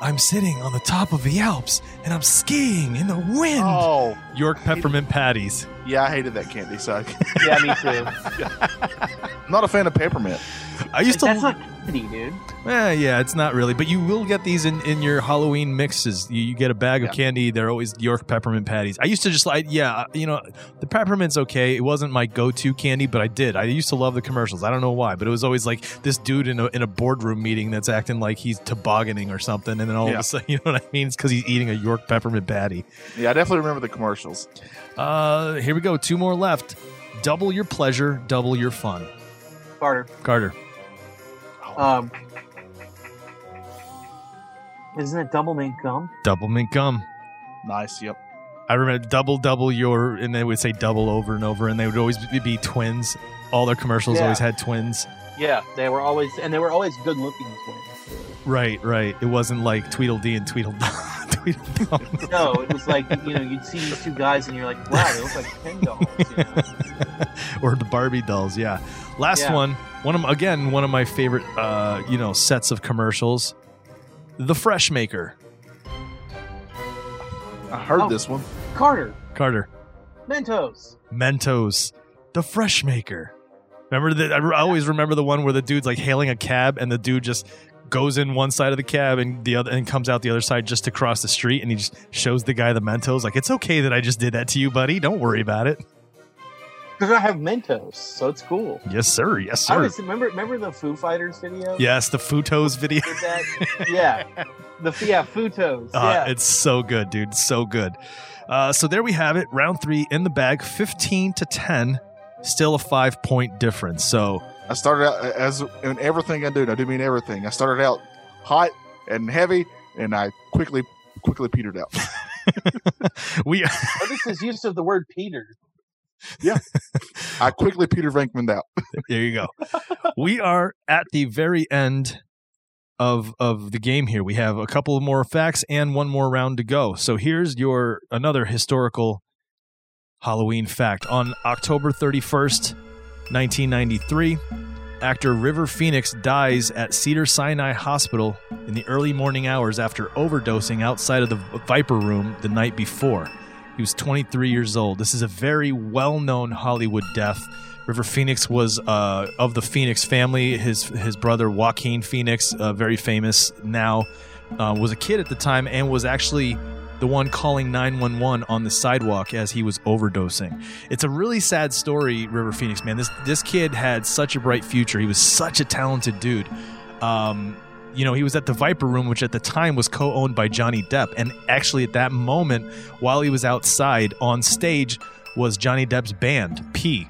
[SPEAKER 1] "I'm sitting on the top of the Alps and I'm skiing in the wind."
[SPEAKER 3] Oh,
[SPEAKER 1] York peppermint patties.
[SPEAKER 3] yeah, I hated that candy. So I-
[SPEAKER 2] Yeah, me too.
[SPEAKER 3] I'm not a fan of peppermint.
[SPEAKER 1] I used to.
[SPEAKER 2] That's not candy, dude.
[SPEAKER 1] Eh, yeah, it's not really, but you will get these in, in your Halloween mixes. You, you get a bag
[SPEAKER 3] Yeah.
[SPEAKER 1] of candy. They're always York peppermint patties. I used to just like, yeah, uh, you know, the peppermint's okay. It wasn't my go to candy, but I did. I used to love the commercials. I don't know why, but it was always like this dude in a, in a boardroom meeting that's acting like he's tobogganing or something, and then all of
[SPEAKER 3] Yeah.
[SPEAKER 1] a sudden, you know what I mean? It's because he's eating a York peppermint patty.
[SPEAKER 3] Yeah, I definitely remember the commercials.
[SPEAKER 1] Uh, here we go. Two more left. Double your pleasure, double your fun.
[SPEAKER 2] Carter.
[SPEAKER 1] Carter,
[SPEAKER 2] Um. Isn't it double mint gum?
[SPEAKER 1] double mint gum.
[SPEAKER 3] Nice. Yep.
[SPEAKER 1] I remember double, double your, and they would say double over and over, and they would always be, be twins. All their commercials
[SPEAKER 2] Yeah.
[SPEAKER 1] always had twins.
[SPEAKER 2] Yeah, they were always and they were always good looking twins.
[SPEAKER 1] Right, right. It wasn't like Tweedledee and Tweedledum. Tweedledum.
[SPEAKER 2] No, it was like you know you'd see these two guys and you're like, wow, they look like ten dolls. You know?
[SPEAKER 1] or the Barbie dolls, yeah. Last
[SPEAKER 2] Yeah.
[SPEAKER 1] one, one of my- again one of my favorite, uh, you know, sets of commercials, the Fresh Maker.
[SPEAKER 3] I heard
[SPEAKER 2] Oh.
[SPEAKER 3] this one.
[SPEAKER 2] Carter,
[SPEAKER 1] Carter,
[SPEAKER 2] Mentos.
[SPEAKER 1] Mentos, the Fresh Maker. Remember that? I, re- I always remember the one where the dude's like hailing a cab, and the dude just goes in one side of the cab and the other, and comes out the other side just to cross the street, and he just shows the guy the Mentos, like it's okay that I just did that to you, buddy. Don't worry about it.
[SPEAKER 2] Because I have Mentos, so it's cool.
[SPEAKER 1] Yes, sir. Yes,
[SPEAKER 2] I
[SPEAKER 1] sir.
[SPEAKER 2] was remember remember the Foo Fighters video.
[SPEAKER 1] yes, the Futos video.
[SPEAKER 2] Did that? yeah. The yeah Futos.
[SPEAKER 1] Uh,
[SPEAKER 2] yeah.
[SPEAKER 1] It's so good, dude. So good. Uh, so there we have it. Round three in the bag, 15 to 10. Still a five point difference. So
[SPEAKER 3] I started out as in everything I do. and I do mean everything. I started out hot and heavy, and I quickly quickly petered out.
[SPEAKER 1] we
[SPEAKER 2] Otis's use of the word Peter.
[SPEAKER 3] I quickly Peter Venkman out.
[SPEAKER 1] there you go. we are at the very end of of the game here. We have a couple more facts and one more round to go. So here's your another historical Halloween fact. On October 31st, 1993, actor River Phoenix dies at Cedar Sinai Hospital in the early morning hours after overdosing outside of the Viper Room the night before. He was 23 years old. This is a very well-known Hollywood death. River Phoenix was uh, of the Phoenix family. His his brother Joaquin Phoenix, uh, very famous now, uh, was a kid at the time and was actually the one calling 911 on the sidewalk as he was overdosing. It's a really sad story, River Phoenix. Man, this this kid had such a bright future. He was such a talented dude. Um, you know, he was at the Viper Room, which at the time was co-owned by Johnny Depp, and actually at that moment, while he was outside on stage, was Johnny Depp's band P.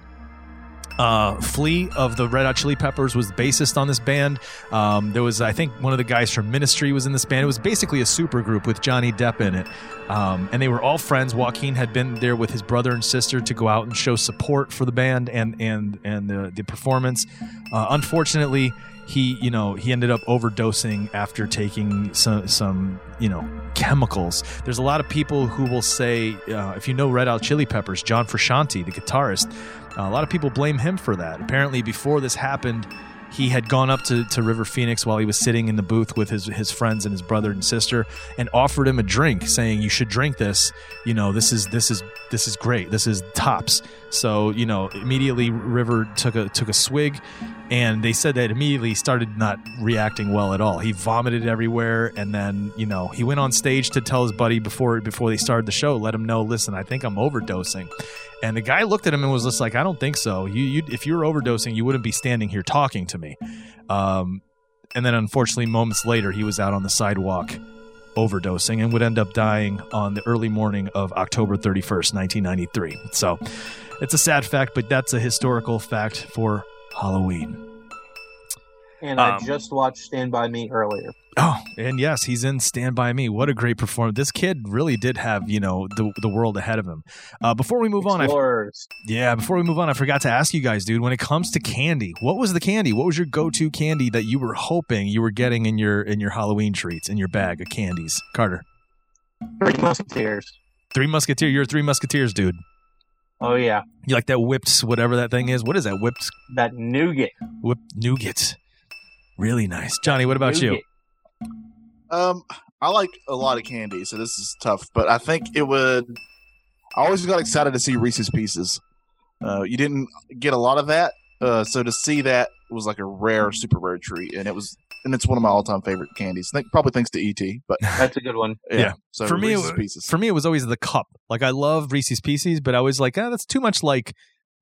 [SPEAKER 1] Uh, Flea of the Red Hot Chili Peppers was the bassist on this band. Um, there was, I think, one of the guys from Ministry was in this band. It was basically a super group with Johnny Depp in it. Um, and they were all friends. Joaquin had been there with his brother and sister to go out and show support for the band and and and the, the performance. Uh, unfortunately, he you know he ended up overdosing after taking some some you know chemicals. There's a lot of people who will say uh, if you know Red Hot Chili Peppers, John Frusciante, the guitarist, Uh, a lot of people blame him for that. Apparently, before this happened, he had gone up to, to River Phoenix while he was sitting in the booth with his, his friends and his brother and sister and offered him a drink, saying, You should drink this. You know, this is this is this is great. This is tops. So, you know, immediately River took a took a swig and they said that immediately he started not reacting well at all. He vomited everywhere and then, you know, he went on stage to tell his buddy before before they started the show, let him know, listen, I think I'm overdosing. And the guy looked at him and was just like, "I don't think so. You, you if you were overdosing, you wouldn't be standing here talking to me." Um, and then, unfortunately, moments later, he was out on the sidewalk overdosing and would end up dying on the early morning of October 31st, 1993. So, it's a sad fact, but that's a historical fact for Halloween.
[SPEAKER 2] And I
[SPEAKER 1] Um,
[SPEAKER 2] just watched Stand by Me earlier.
[SPEAKER 1] Oh, and yes, he's in Stand By Me. What a great performance. This kid really did have, you know, the, the world ahead of him. Uh, before we move on, I
[SPEAKER 2] Explorers.
[SPEAKER 1] Yeah, before we move on, I forgot to ask you guys, dude, when it comes to candy, what was the candy? What was your go-to candy that you were hoping you were getting in your in your Halloween treats, in your bag of candies? Carter.
[SPEAKER 2] Three Musketeers.
[SPEAKER 1] Three Musketeer, you're a Three Musketeers, dude.
[SPEAKER 2] Oh yeah,
[SPEAKER 1] You like that whipped whatever that thing is? What is that whipped
[SPEAKER 2] that nougat.
[SPEAKER 1] whipped nougat? Really nice. Johnny, what about you?
[SPEAKER 2] nougat.
[SPEAKER 3] Um, I like a lot of candy, so this is tough. But I think it would. I always got excited to see Reese's Pieces. Uh, you didn't get a lot of that, uh, so to see that was like a rare, super rare treat, and it was, and it's one of my all-time favorite candies. Think, probably thanks to ET, but
[SPEAKER 2] That's a good one.
[SPEAKER 3] yeah.
[SPEAKER 1] Yeah.
[SPEAKER 3] So
[SPEAKER 1] For me, it
[SPEAKER 3] Reese's
[SPEAKER 1] wa-
[SPEAKER 3] Pieces.
[SPEAKER 1] For me, it was always the cup. Like I love Reese's Pieces, but I was like, ah, that's too much like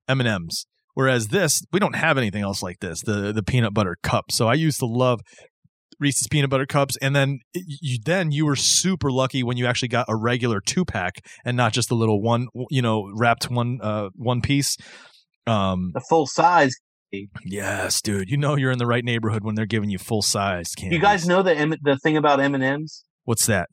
[SPEAKER 1] M and M's. Whereas this, we don't have anything else like this. The the peanut butter cup. So I used to love Reese's peanut butter cups, and then y- you then you were super lucky when you actually got a regular two pack and not just the little one, you know, wrapped one uh one piece. Um,
[SPEAKER 2] The full size.
[SPEAKER 1] yes, dude, you know you're in the right neighborhood when they're giving you full size candy.
[SPEAKER 2] You guys know the M- the thing about M and M's
[SPEAKER 1] what's that?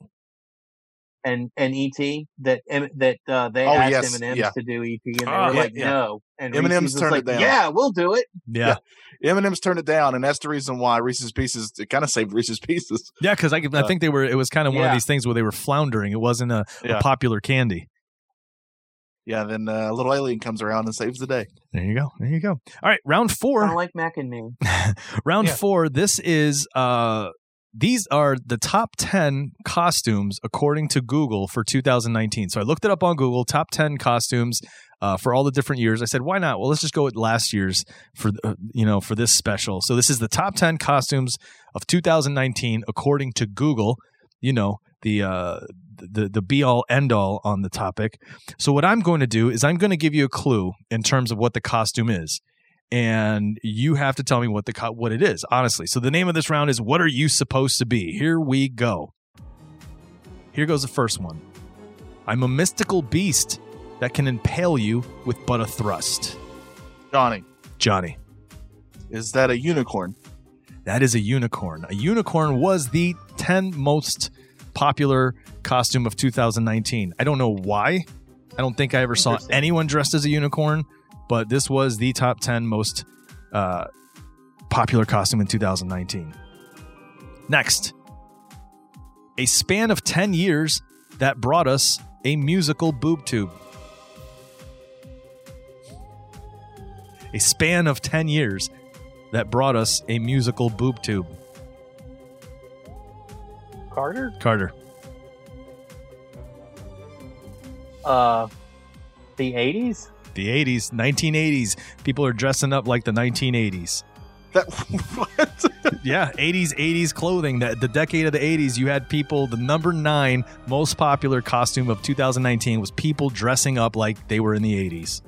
[SPEAKER 2] and and ET that M- that uh, they
[SPEAKER 3] Oh,
[SPEAKER 2] asked
[SPEAKER 3] yes,
[SPEAKER 2] M and M's
[SPEAKER 3] yeah.
[SPEAKER 2] to do ET and they
[SPEAKER 1] Oh,
[SPEAKER 2] were
[SPEAKER 1] yeah,
[SPEAKER 2] like
[SPEAKER 3] yeah.
[SPEAKER 2] no and
[SPEAKER 3] M&M's
[SPEAKER 2] Reese's was
[SPEAKER 3] turned it
[SPEAKER 2] like,
[SPEAKER 3] down.
[SPEAKER 2] Yeah, we'll do it.
[SPEAKER 1] Yeah,
[SPEAKER 3] M&M's turned it down, and that's the reason why Reese's Pieces. It kind of saved Reese's Pieces.
[SPEAKER 1] yeah, because I, could- I
[SPEAKER 3] Uh,
[SPEAKER 1] think they were. It was kind of one of
[SPEAKER 2] yeah.
[SPEAKER 1] these things where they were floundering. It wasn't a, a
[SPEAKER 3] Yeah.
[SPEAKER 1] popular candy.
[SPEAKER 3] Yeah. Then uh, little alien comes around and saves the day.
[SPEAKER 1] There you go. There you go. All right, round
[SPEAKER 2] I
[SPEAKER 1] four.
[SPEAKER 2] don't like mac and me.
[SPEAKER 1] round
[SPEAKER 3] Yeah.
[SPEAKER 1] four this is uh these are the top 10 costumes according to google for 2019 so i looked it up on google top 10 costumes uh, for all the different years i said why not well let's just go with last year's for uh, you know for this special so this is the top 10 costumes of 2019 according to google you know the uh, the the be all end all on the topic. So what I'm going to do is I'm going to give you a clue in terms of what the costume is, and you have to tell me what the co- what it is honestly. So the name of this round is "What Are You Supposed to Be?" Here we go. Here goes the first one. I'm a mystical beast that can impale you with but a thrust.
[SPEAKER 3] Johnny,
[SPEAKER 1] Johnny,
[SPEAKER 3] is that a unicorn?
[SPEAKER 1] that is a unicorn. A unicorn was the 10 most popular costume of 2019. I don't know why. I don't think I ever saw
[SPEAKER 2] Interesting.
[SPEAKER 1] anyone dressed as a unicorn, but this was the top 10 most uh, popular costume in 2019. Next, a span of 10 years that brought us a musical boob tube. A span of 10 years that brought us a musical boob tube.
[SPEAKER 2] Carter?
[SPEAKER 1] Carter,
[SPEAKER 2] Uh, the 80s?
[SPEAKER 1] the 80s, 1980s. People are dressing up like the 1980s.
[SPEAKER 3] That what? Uh,
[SPEAKER 1] Yeah, 80s, 80s clothing. That the decade of the 80s, you had people. The number nine most popular costume of 2019 was people dressing up like they were in the 80s.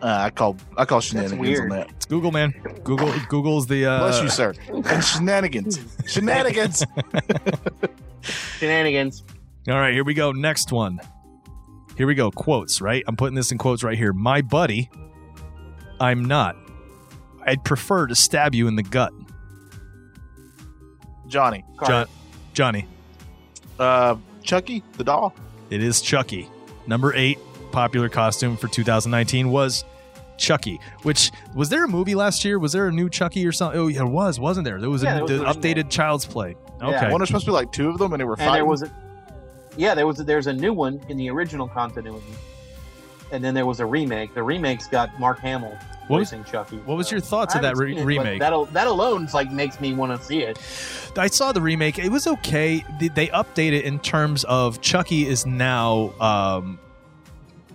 [SPEAKER 3] Uh, I call I call shenanigans on
[SPEAKER 2] weird.
[SPEAKER 3] that.
[SPEAKER 1] It's Google, man. Google, Google's the. Uh,
[SPEAKER 3] Bless you, sir. And shenanigans, shenanigans.
[SPEAKER 2] Shenanigans.
[SPEAKER 1] All right, here we go. Next one. Here we go. Quotes, right? I'm putting this in quotes right here. My buddy, I'm not. I'd prefer to stab you in the gut,
[SPEAKER 3] Johnny,
[SPEAKER 2] Carter.
[SPEAKER 1] Johnny.
[SPEAKER 3] uh, Chucky, the doll.
[SPEAKER 1] It is Chucky. Number eight popular costume for 2019 was Chucky. Which was there a movie last year? Was there a new Chucky or something? Oh, yeah, there was, wasn't there? There was
[SPEAKER 2] Yeah,
[SPEAKER 1] a,
[SPEAKER 2] there was
[SPEAKER 1] the
[SPEAKER 2] an
[SPEAKER 1] updated
[SPEAKER 2] original.
[SPEAKER 1] Child's Play.
[SPEAKER 2] Yeah.
[SPEAKER 1] Okay,
[SPEAKER 3] One was supposed to be like two of them, and they were
[SPEAKER 2] And
[SPEAKER 3] fighting.
[SPEAKER 2] there was a, yeah, there was a, there's a new one in the original continuity, and then there was a remake. The remake's got Mark Hamill
[SPEAKER 1] What was-
[SPEAKER 2] voicing Chucky.
[SPEAKER 1] what was
[SPEAKER 2] so-
[SPEAKER 1] your thoughts
[SPEAKER 2] I
[SPEAKER 1] of that
[SPEAKER 2] haven't
[SPEAKER 1] re-
[SPEAKER 2] seen it, but
[SPEAKER 1] remake?
[SPEAKER 2] That al- that alone's like makes me want to see it.
[SPEAKER 1] I saw the remake. It was okay. They, they update it in terms of Chucky is now, um,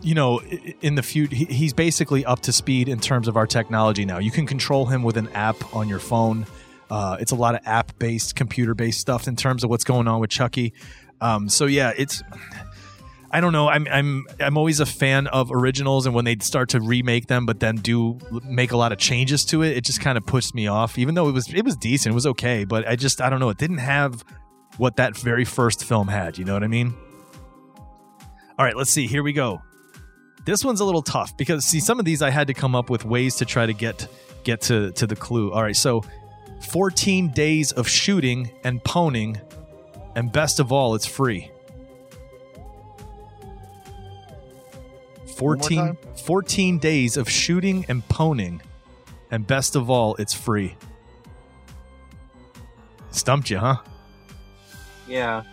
[SPEAKER 1] you know, i- in the future, he's basically up to speed in terms of our technology now. You can control him with an app on your phone. Uh, it's a lot of app based, computer based stuff in terms of what's going on with Chucky. Um, so yeah, it's. I don't know. I'm I'm I'm always a fan of originals, and when they start to remake them, but then do make a lot of changes to it, it just kind of pushed me off. Even though it was it was decent, it was okay, but I just I don't know. It didn't have what that very first film had. You know what I mean? All right, let's see. Here we go. This one's a little tough because see, some of these I had to come up with ways to try to get get to to the clue. All right, so 14 days of shooting and poning, and best of all, it's free.
[SPEAKER 3] more
[SPEAKER 1] 14,
[SPEAKER 3] time?
[SPEAKER 1] 14 days of shooting and poning, and best of all, it's free. Stumped you, huh?
[SPEAKER 2] Yeah,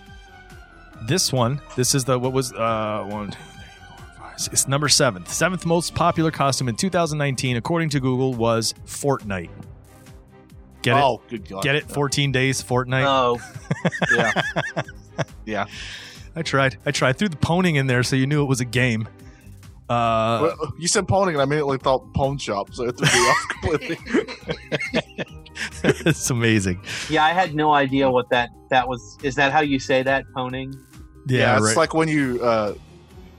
[SPEAKER 1] This one, this is the what was uh one. two, three, four, five, six. It's number seventh. Seventh most popular costume in 2019, according to Google, was Fortnite. Get
[SPEAKER 3] oh, Uh, good God.
[SPEAKER 1] it? Get it? 14 days, Fortnite.
[SPEAKER 2] oh,
[SPEAKER 1] I tried. I tried. Threw the poning in there so you knew it was a game. Uh,
[SPEAKER 3] Well, you said pawning, and I immediately thought pawn shop, so it threw me off completely.
[SPEAKER 1] it's amazing.
[SPEAKER 2] yeah. I had no idea what that that was. Is that how you say that? Poning.
[SPEAKER 1] Yeah,
[SPEAKER 3] it's
[SPEAKER 1] right.
[SPEAKER 3] like when you, uh,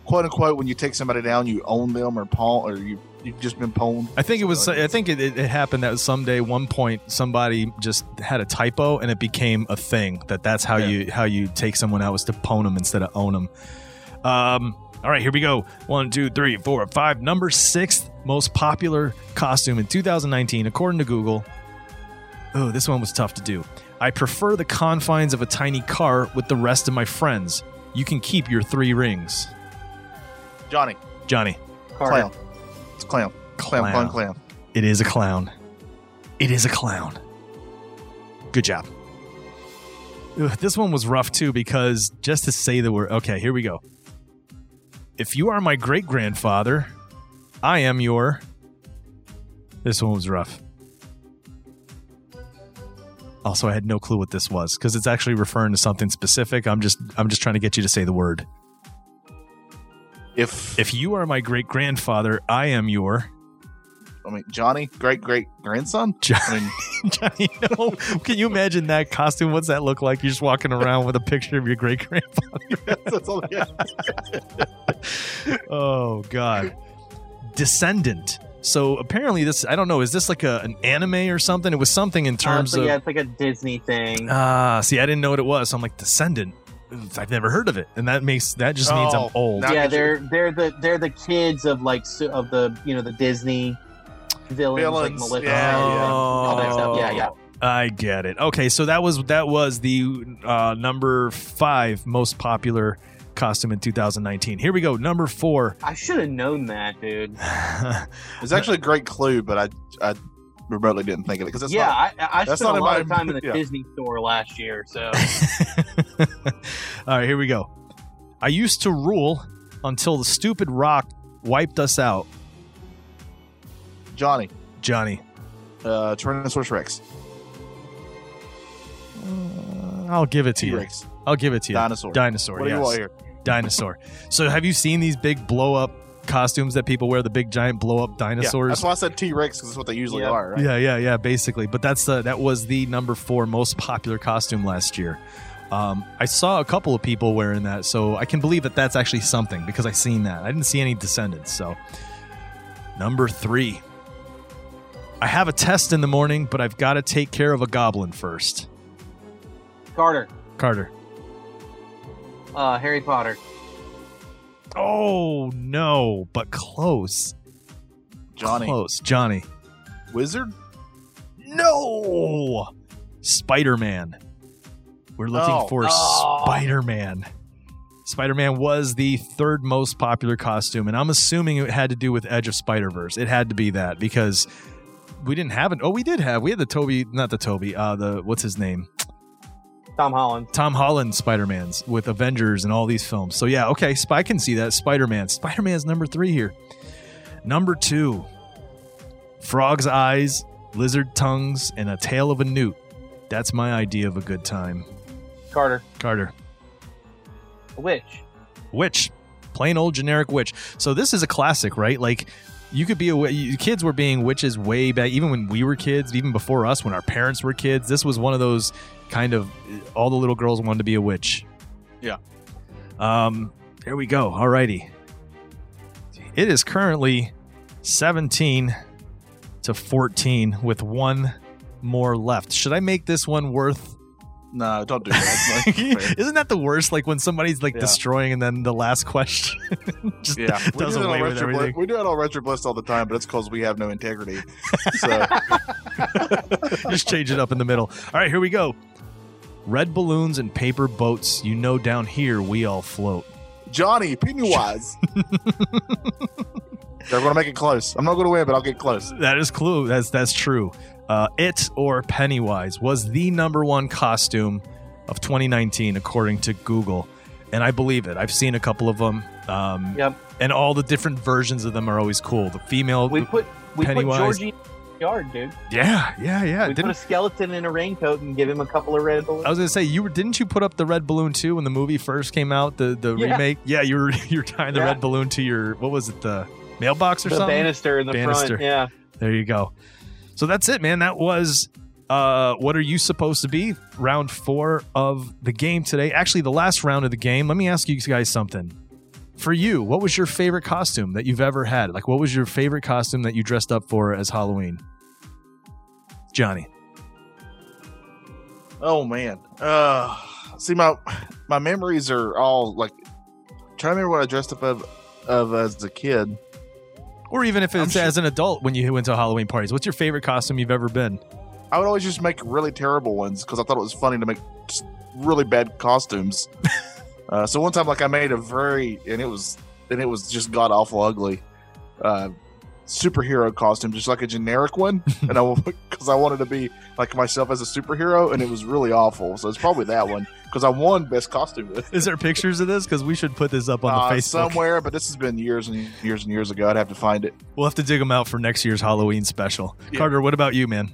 [SPEAKER 3] quote unquote, when you take somebody down, you own them or pawn, or you you've just been pawned.
[SPEAKER 1] I think it was. I think it, it, it happened that someday, one point, somebody just had a typo, and it became a thing that that's how
[SPEAKER 3] Yeah.
[SPEAKER 1] you how you take someone out was to pwn them instead of own them. Um, all right, here we go. One, two, three, four, five. Number sixth most popular costume in 2019, according to Google. Oh, this one was tough to do. I prefer the confines of a tiny car with the rest of my friends. You can keep your three rings,
[SPEAKER 3] Johnny,
[SPEAKER 1] Johnny.
[SPEAKER 2] Carter.
[SPEAKER 3] clown. It's clown, clown, clown, clown.
[SPEAKER 1] It is a clown. It is a clown. Good job. Ugh, this one was rough too because just to say the word. Okay, here we go. If you are my great grandfather, I am your. This one was rough. Also, I had no clue what this was because it's actually referring to something specific. I'm just, I'm just trying to get you to say the word.
[SPEAKER 3] If,
[SPEAKER 1] If you are my great grandfather, I am your.
[SPEAKER 3] I mean, Johnny, great great grandson. I mean,
[SPEAKER 1] Johnny, no. Can you imagine that costume? What's that look like? You're just walking around with a picture of your great grandpa.
[SPEAKER 3] that's all yeah.
[SPEAKER 1] Oh God, Descendant. So apparently, this I don't know. Is this like a, an anime or something? It was something in terms
[SPEAKER 2] so
[SPEAKER 1] of.
[SPEAKER 2] yeah, it's like a Disney thing.
[SPEAKER 1] Ah, see, I didn't know what it was. So I'm like Descendant. I've never heard of it, and that makes that just means I'm
[SPEAKER 3] Oh,
[SPEAKER 1] old.
[SPEAKER 3] now-
[SPEAKER 2] yeah,
[SPEAKER 3] that-
[SPEAKER 2] they're they're the they're the kids of like su- of the you know the Disney villains,
[SPEAKER 3] Villains,
[SPEAKER 2] like Melissa.
[SPEAKER 3] yeah, yeah.
[SPEAKER 2] all that stuff. Yeah,
[SPEAKER 1] Oh.
[SPEAKER 2] yeah.
[SPEAKER 1] I get it. Okay, so that was that was the uh, number five most popular costume in 2019. Here we go, number four.
[SPEAKER 2] I should have known that, dude.
[SPEAKER 3] It's actually a great clue, but I I remotely didn't think of it because it's
[SPEAKER 2] yeah,
[SPEAKER 3] not.
[SPEAKER 2] I, I
[SPEAKER 3] that's
[SPEAKER 2] spent
[SPEAKER 3] not
[SPEAKER 2] a
[SPEAKER 3] in
[SPEAKER 2] lot
[SPEAKER 3] my-
[SPEAKER 2] of time in the
[SPEAKER 3] yeah.
[SPEAKER 2] Disney store last year, so
[SPEAKER 1] All right, here we go. I used to rule until the stupid rock wiped us out,
[SPEAKER 3] Johnny,
[SPEAKER 1] Johnny.
[SPEAKER 3] uh, Tyrannosaurus Rex,
[SPEAKER 1] Uh, I'll give it to
[SPEAKER 3] T
[SPEAKER 1] you.
[SPEAKER 3] Rex,
[SPEAKER 1] I'll give it to you.
[SPEAKER 3] Mm, dinosaur.
[SPEAKER 1] Dinosaur.
[SPEAKER 3] What do you
[SPEAKER 1] yes.
[SPEAKER 3] want here?
[SPEAKER 1] Dinosaur. So, have you seen these big blow up costumes that people wear? The big giant blow up
[SPEAKER 3] Yeah,
[SPEAKER 1] dinosaurs.
[SPEAKER 3] that's why I said T Rex because that's what they usually
[SPEAKER 2] Yeah.
[SPEAKER 3] are. Right?
[SPEAKER 1] Yeah, yeah, yeah. Basically, but that's the that was the number four most popular costume last year. Um, I saw a couple of people wearing that, so I can believe that that's actually something because I seen that. I didn't see any descendants. So number three, I have a test in the morning, but I've got to take care of a goblin first.
[SPEAKER 2] Carter,
[SPEAKER 1] Carter.
[SPEAKER 2] uh, Harry Potter.
[SPEAKER 1] Oh no, but close,
[SPEAKER 3] Johnny,
[SPEAKER 1] close, Johnny.
[SPEAKER 3] Wizard,
[SPEAKER 1] No, Spider Man. We're looking
[SPEAKER 3] Oh.
[SPEAKER 1] for
[SPEAKER 2] Oh.
[SPEAKER 1] Spider Man. Spider Man was the third most popular costume, and I'm assuming it had to do with Edge of Spider Verse. It had to be that because we didn't have it. Oh, we did have. We had the Toby, not the Toby. Uh, the what's his name?
[SPEAKER 2] Tom Holland.
[SPEAKER 1] Tom Holland Spider Man's with Avengers and all these films. So yeah, okay, Sp- I can see that Spider Man. Spider Man's number three here. Number two, frog's eyes, lizard tongues, and a tail of a newt. That's my idea of a good time.
[SPEAKER 2] Carter.
[SPEAKER 1] Carter,
[SPEAKER 2] A witch.
[SPEAKER 1] witch, plain old generic witch. So this is a classic, right? Like. You could be a wi- you- kids were being witches way back, even when we were kids, even before us, when our parents were kids. This was one of those kind of all the little girls wanted to be a witch.
[SPEAKER 3] Yeah.
[SPEAKER 1] Um, there we go. Alrighty. It is currently 17 to 14 with one more left. Should I make this one worth?
[SPEAKER 3] No, don't do that. That's not fair.
[SPEAKER 1] Isn't that the worst? Like when somebody's like
[SPEAKER 3] Yeah.
[SPEAKER 1] destroying and then the last question just
[SPEAKER 3] Yeah, we
[SPEAKER 1] does
[SPEAKER 3] do, that
[SPEAKER 1] away
[SPEAKER 3] on
[SPEAKER 1] with
[SPEAKER 3] retro
[SPEAKER 1] everything.
[SPEAKER 3] Blitz- we do it on retro bliss all the time, but it's because we have no integrity. So
[SPEAKER 1] just change it up in the middle. All right, here we go. Red balloons and paper boats. You know, down here we all float.
[SPEAKER 3] Johnny Pennywise. They're going to make it close. I'm not going to win, but I'll get close.
[SPEAKER 1] That is clue. That's that's true. Uh, it or Pennywise was the number one costume of 2019 according to Google, and I believe it. I've seen a couple of them. Um,
[SPEAKER 2] Yep.
[SPEAKER 1] And all the different versions of them are always cool. The female.
[SPEAKER 2] We put we
[SPEAKER 1] Pennywise.
[SPEAKER 2] put Georgie in the yard, dude.
[SPEAKER 1] yeah, yeah, yeah.
[SPEAKER 2] we put a
[SPEAKER 1] Didn't,
[SPEAKER 2] skeleton in a raincoat and give him a couple of red balloons.
[SPEAKER 1] I was gonna say you were. Didn't you put up the red balloon too when the movie first came out? The the
[SPEAKER 2] Yeah.
[SPEAKER 1] remake. Yeah, you were you were tying the
[SPEAKER 2] Yeah.
[SPEAKER 1] red balloon to your what was it the mailbox or
[SPEAKER 2] the
[SPEAKER 1] something?
[SPEAKER 2] banister in the
[SPEAKER 1] Banister.
[SPEAKER 2] front. Yeah.
[SPEAKER 1] There you go. So that's it, man. That was uh, what are you supposed to be? Round four of the game today. Actually, the last round of the game. Let me ask you guys something. For you, what was your favorite costume that you've ever had? Like, what was your favorite costume that you dressed up for as Halloween? Johnny.
[SPEAKER 3] Oh man. Uh, see my my memories are all like trying to remember what I dressed up of, of as a kid.
[SPEAKER 1] Or even if
[SPEAKER 3] I'm
[SPEAKER 1] it's
[SPEAKER 3] sure-
[SPEAKER 1] as an adult when you went to Halloween parties, what's your favorite costume you've ever been?
[SPEAKER 3] I would always just make really terrible ones because I thought it was funny to make just really bad costumes. uh, so one time, like I made a very and it was and it was just god awful ugly uh, superhero costume, just like a generic one, and I because I wanted to be like myself as a superhero, and it was really awful. So it's probably that one because I won best costume. with it.
[SPEAKER 1] Is there pictures of this? Because we should put this up on
[SPEAKER 3] Uh,
[SPEAKER 1] the Facebook.
[SPEAKER 3] somewhere, but this has been years and years and years ago. I'd have to find it.
[SPEAKER 1] We'll have to dig them out for next year's Halloween special.
[SPEAKER 3] Yeah.
[SPEAKER 1] Carter, what about you, man?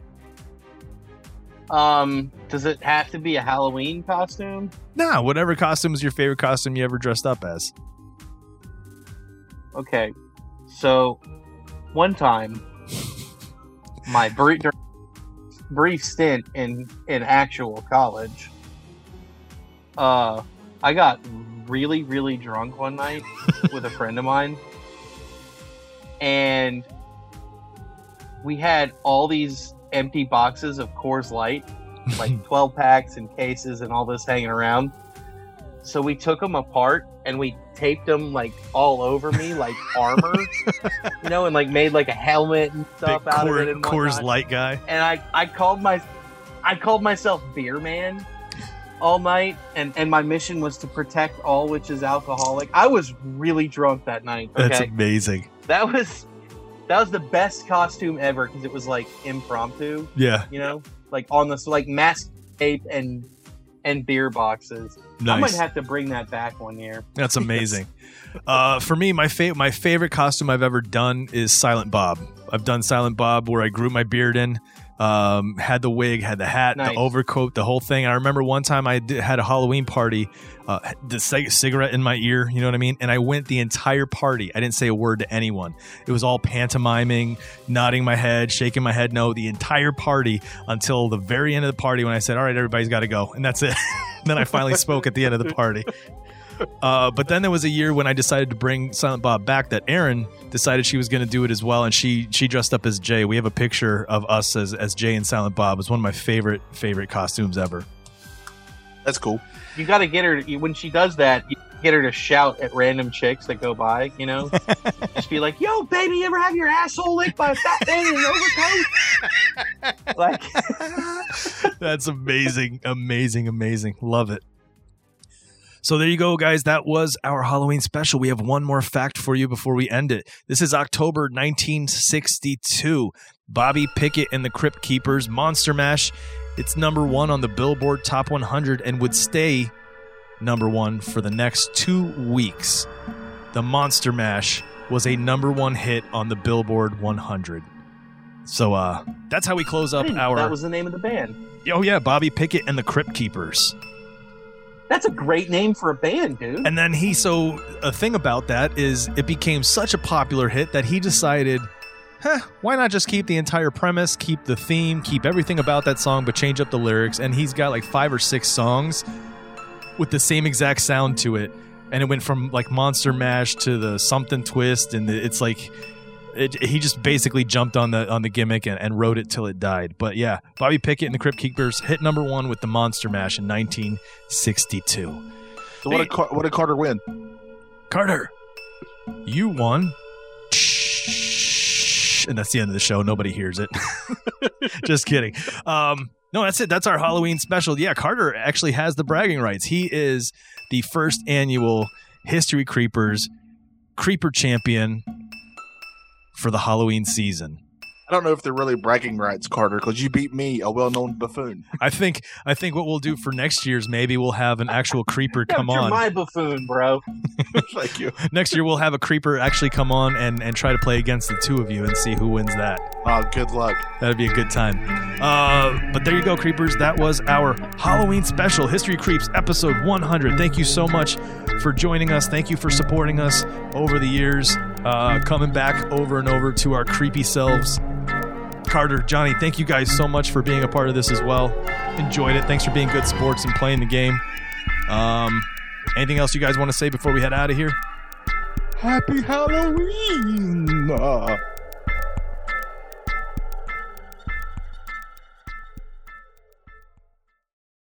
[SPEAKER 2] Um, does it have to be a Halloween costume?
[SPEAKER 1] Nah, whatever costume is your favorite costume you ever dressed up as.
[SPEAKER 2] Okay. So, one time, my brief brief stint in in actual college. Uh, I got really really drunk one night with a friend of mine, and we had all these empty boxes of Coors Light, like twelve packs and cases and all this hanging around. So we took them apart and we taped them like all over me, like armor, you know, and like made like a helmet and
[SPEAKER 1] Big
[SPEAKER 2] stuff out
[SPEAKER 1] Coor-
[SPEAKER 2] of it. And
[SPEAKER 1] Coors
[SPEAKER 2] whatnot
[SPEAKER 1] Light guy.
[SPEAKER 2] and I, I called my I called myself Beer Man all night and, and my mission was to protect all which is alcoholic. I was really drunk that night. Okay.
[SPEAKER 1] That's amazing.
[SPEAKER 2] that was that was the best costume ever because it was like impromptu,
[SPEAKER 1] Yeah,
[SPEAKER 2] you know? Like on this like mask tape and and beer boxes. I might
[SPEAKER 1] nice.
[SPEAKER 2] have to bring that back one year.
[SPEAKER 1] That's amazing. uh, for me, my fa- my favorite costume I've ever done is Silent Bob. I've done Silent Bob where I grew my beard in, um, had the wig, had the hat,
[SPEAKER 2] Nice.
[SPEAKER 1] the overcoat, the whole thing. I remember one time I did, had a Halloween party, uh, the cig- cigarette in my ear, you know what I mean? And I went the entire party. I didn't say a word to anyone. It was all pantomiming, nodding my head, shaking my head no, the entire party until the very end of the party when I said, "All right, everybody's got to go," and that's it. then I finally spoke at the end of the party. Uh, but then there was a year when I decided to bring Silent Bob back. That Erin decided she was going to do it as well, and she she dressed up as Jay. We have a picture of us as as Jay and Silent Bob. It's one of my favorite favorite costumes ever.
[SPEAKER 3] That's cool.
[SPEAKER 2] You gotta get her to, when she does that, you get her to shout at random chicks that go by, you know? Just be like, yo, baby, you ever have your asshole licked by a fat man in an overcoat? like
[SPEAKER 1] That's amazing, amazing, amazing. Love it. So there you go, guys. That was our Halloween special. We have one more fact for you before we end it. This is October 1962. Bobby Pickett and the Crypt Keepers, Monster Mash. It's number one on the Billboard Top 100 and would stay number one for the next two weeks. The Monster Mash was a number one hit on the Billboard 100. So uh, that's how we close
[SPEAKER 2] I
[SPEAKER 1] up
[SPEAKER 2] didn't know
[SPEAKER 1] our.
[SPEAKER 2] that was the name of the band.
[SPEAKER 1] Oh yeah, Bobby Pickett and the Crypt Keepers.
[SPEAKER 2] That's a great name for a band, dude.
[SPEAKER 1] And then he so a thing about that is it became such a popular hit that he decided, huh, why not just keep the entire premise, keep the theme, keep everything about that song, but change up the lyrics? And he's got like five or six songs with the same exact sound to it. And it went from like Monster Mash to the something twist, and it's like it, he just basically jumped on the on the gimmick and, and wrote it till it died. But yeah, Bobby Pickett and the Crypt Keepers hit number one with the Monster Mash in 1962.
[SPEAKER 3] So what
[SPEAKER 1] Hey.
[SPEAKER 3] a Car- what a Carter win.
[SPEAKER 1] Carter, you won. And that's the end of the show. Nobody hears it. Just kidding. Um, no, that's it. That's our Halloween special. Yeah, Carter actually has the bragging rights. He is the first annual History Creepers Creeper Champion for the Halloween season.
[SPEAKER 3] I don't know if they're really bragging rights, Carter, because you beat me, a well-known buffoon.
[SPEAKER 1] I think I think what we'll do for next year's maybe we'll have an actual creeper
[SPEAKER 2] Yeah,
[SPEAKER 1] come
[SPEAKER 2] but you're
[SPEAKER 1] on.
[SPEAKER 2] my buffoon, bro.
[SPEAKER 3] Thank you.
[SPEAKER 1] next year we'll have a creeper actually come on and, and try to play against the two of you and see who wins that.
[SPEAKER 3] Oh, good luck.
[SPEAKER 1] That'd be a good time. Uh, but there you go, creepers. That was our Halloween special, History Creeps, episode 100. Thank you so much for joining us. Thank you for supporting us over the years, uh, coming back over and over to our creepy selves. Carter, Johnny, thank you guys so much for being a part of this as well. Enjoyed it. Thanks for being good sports and playing the game. Um, anything else you guys want to say before we head out of here?
[SPEAKER 3] Happy Halloween. Ah.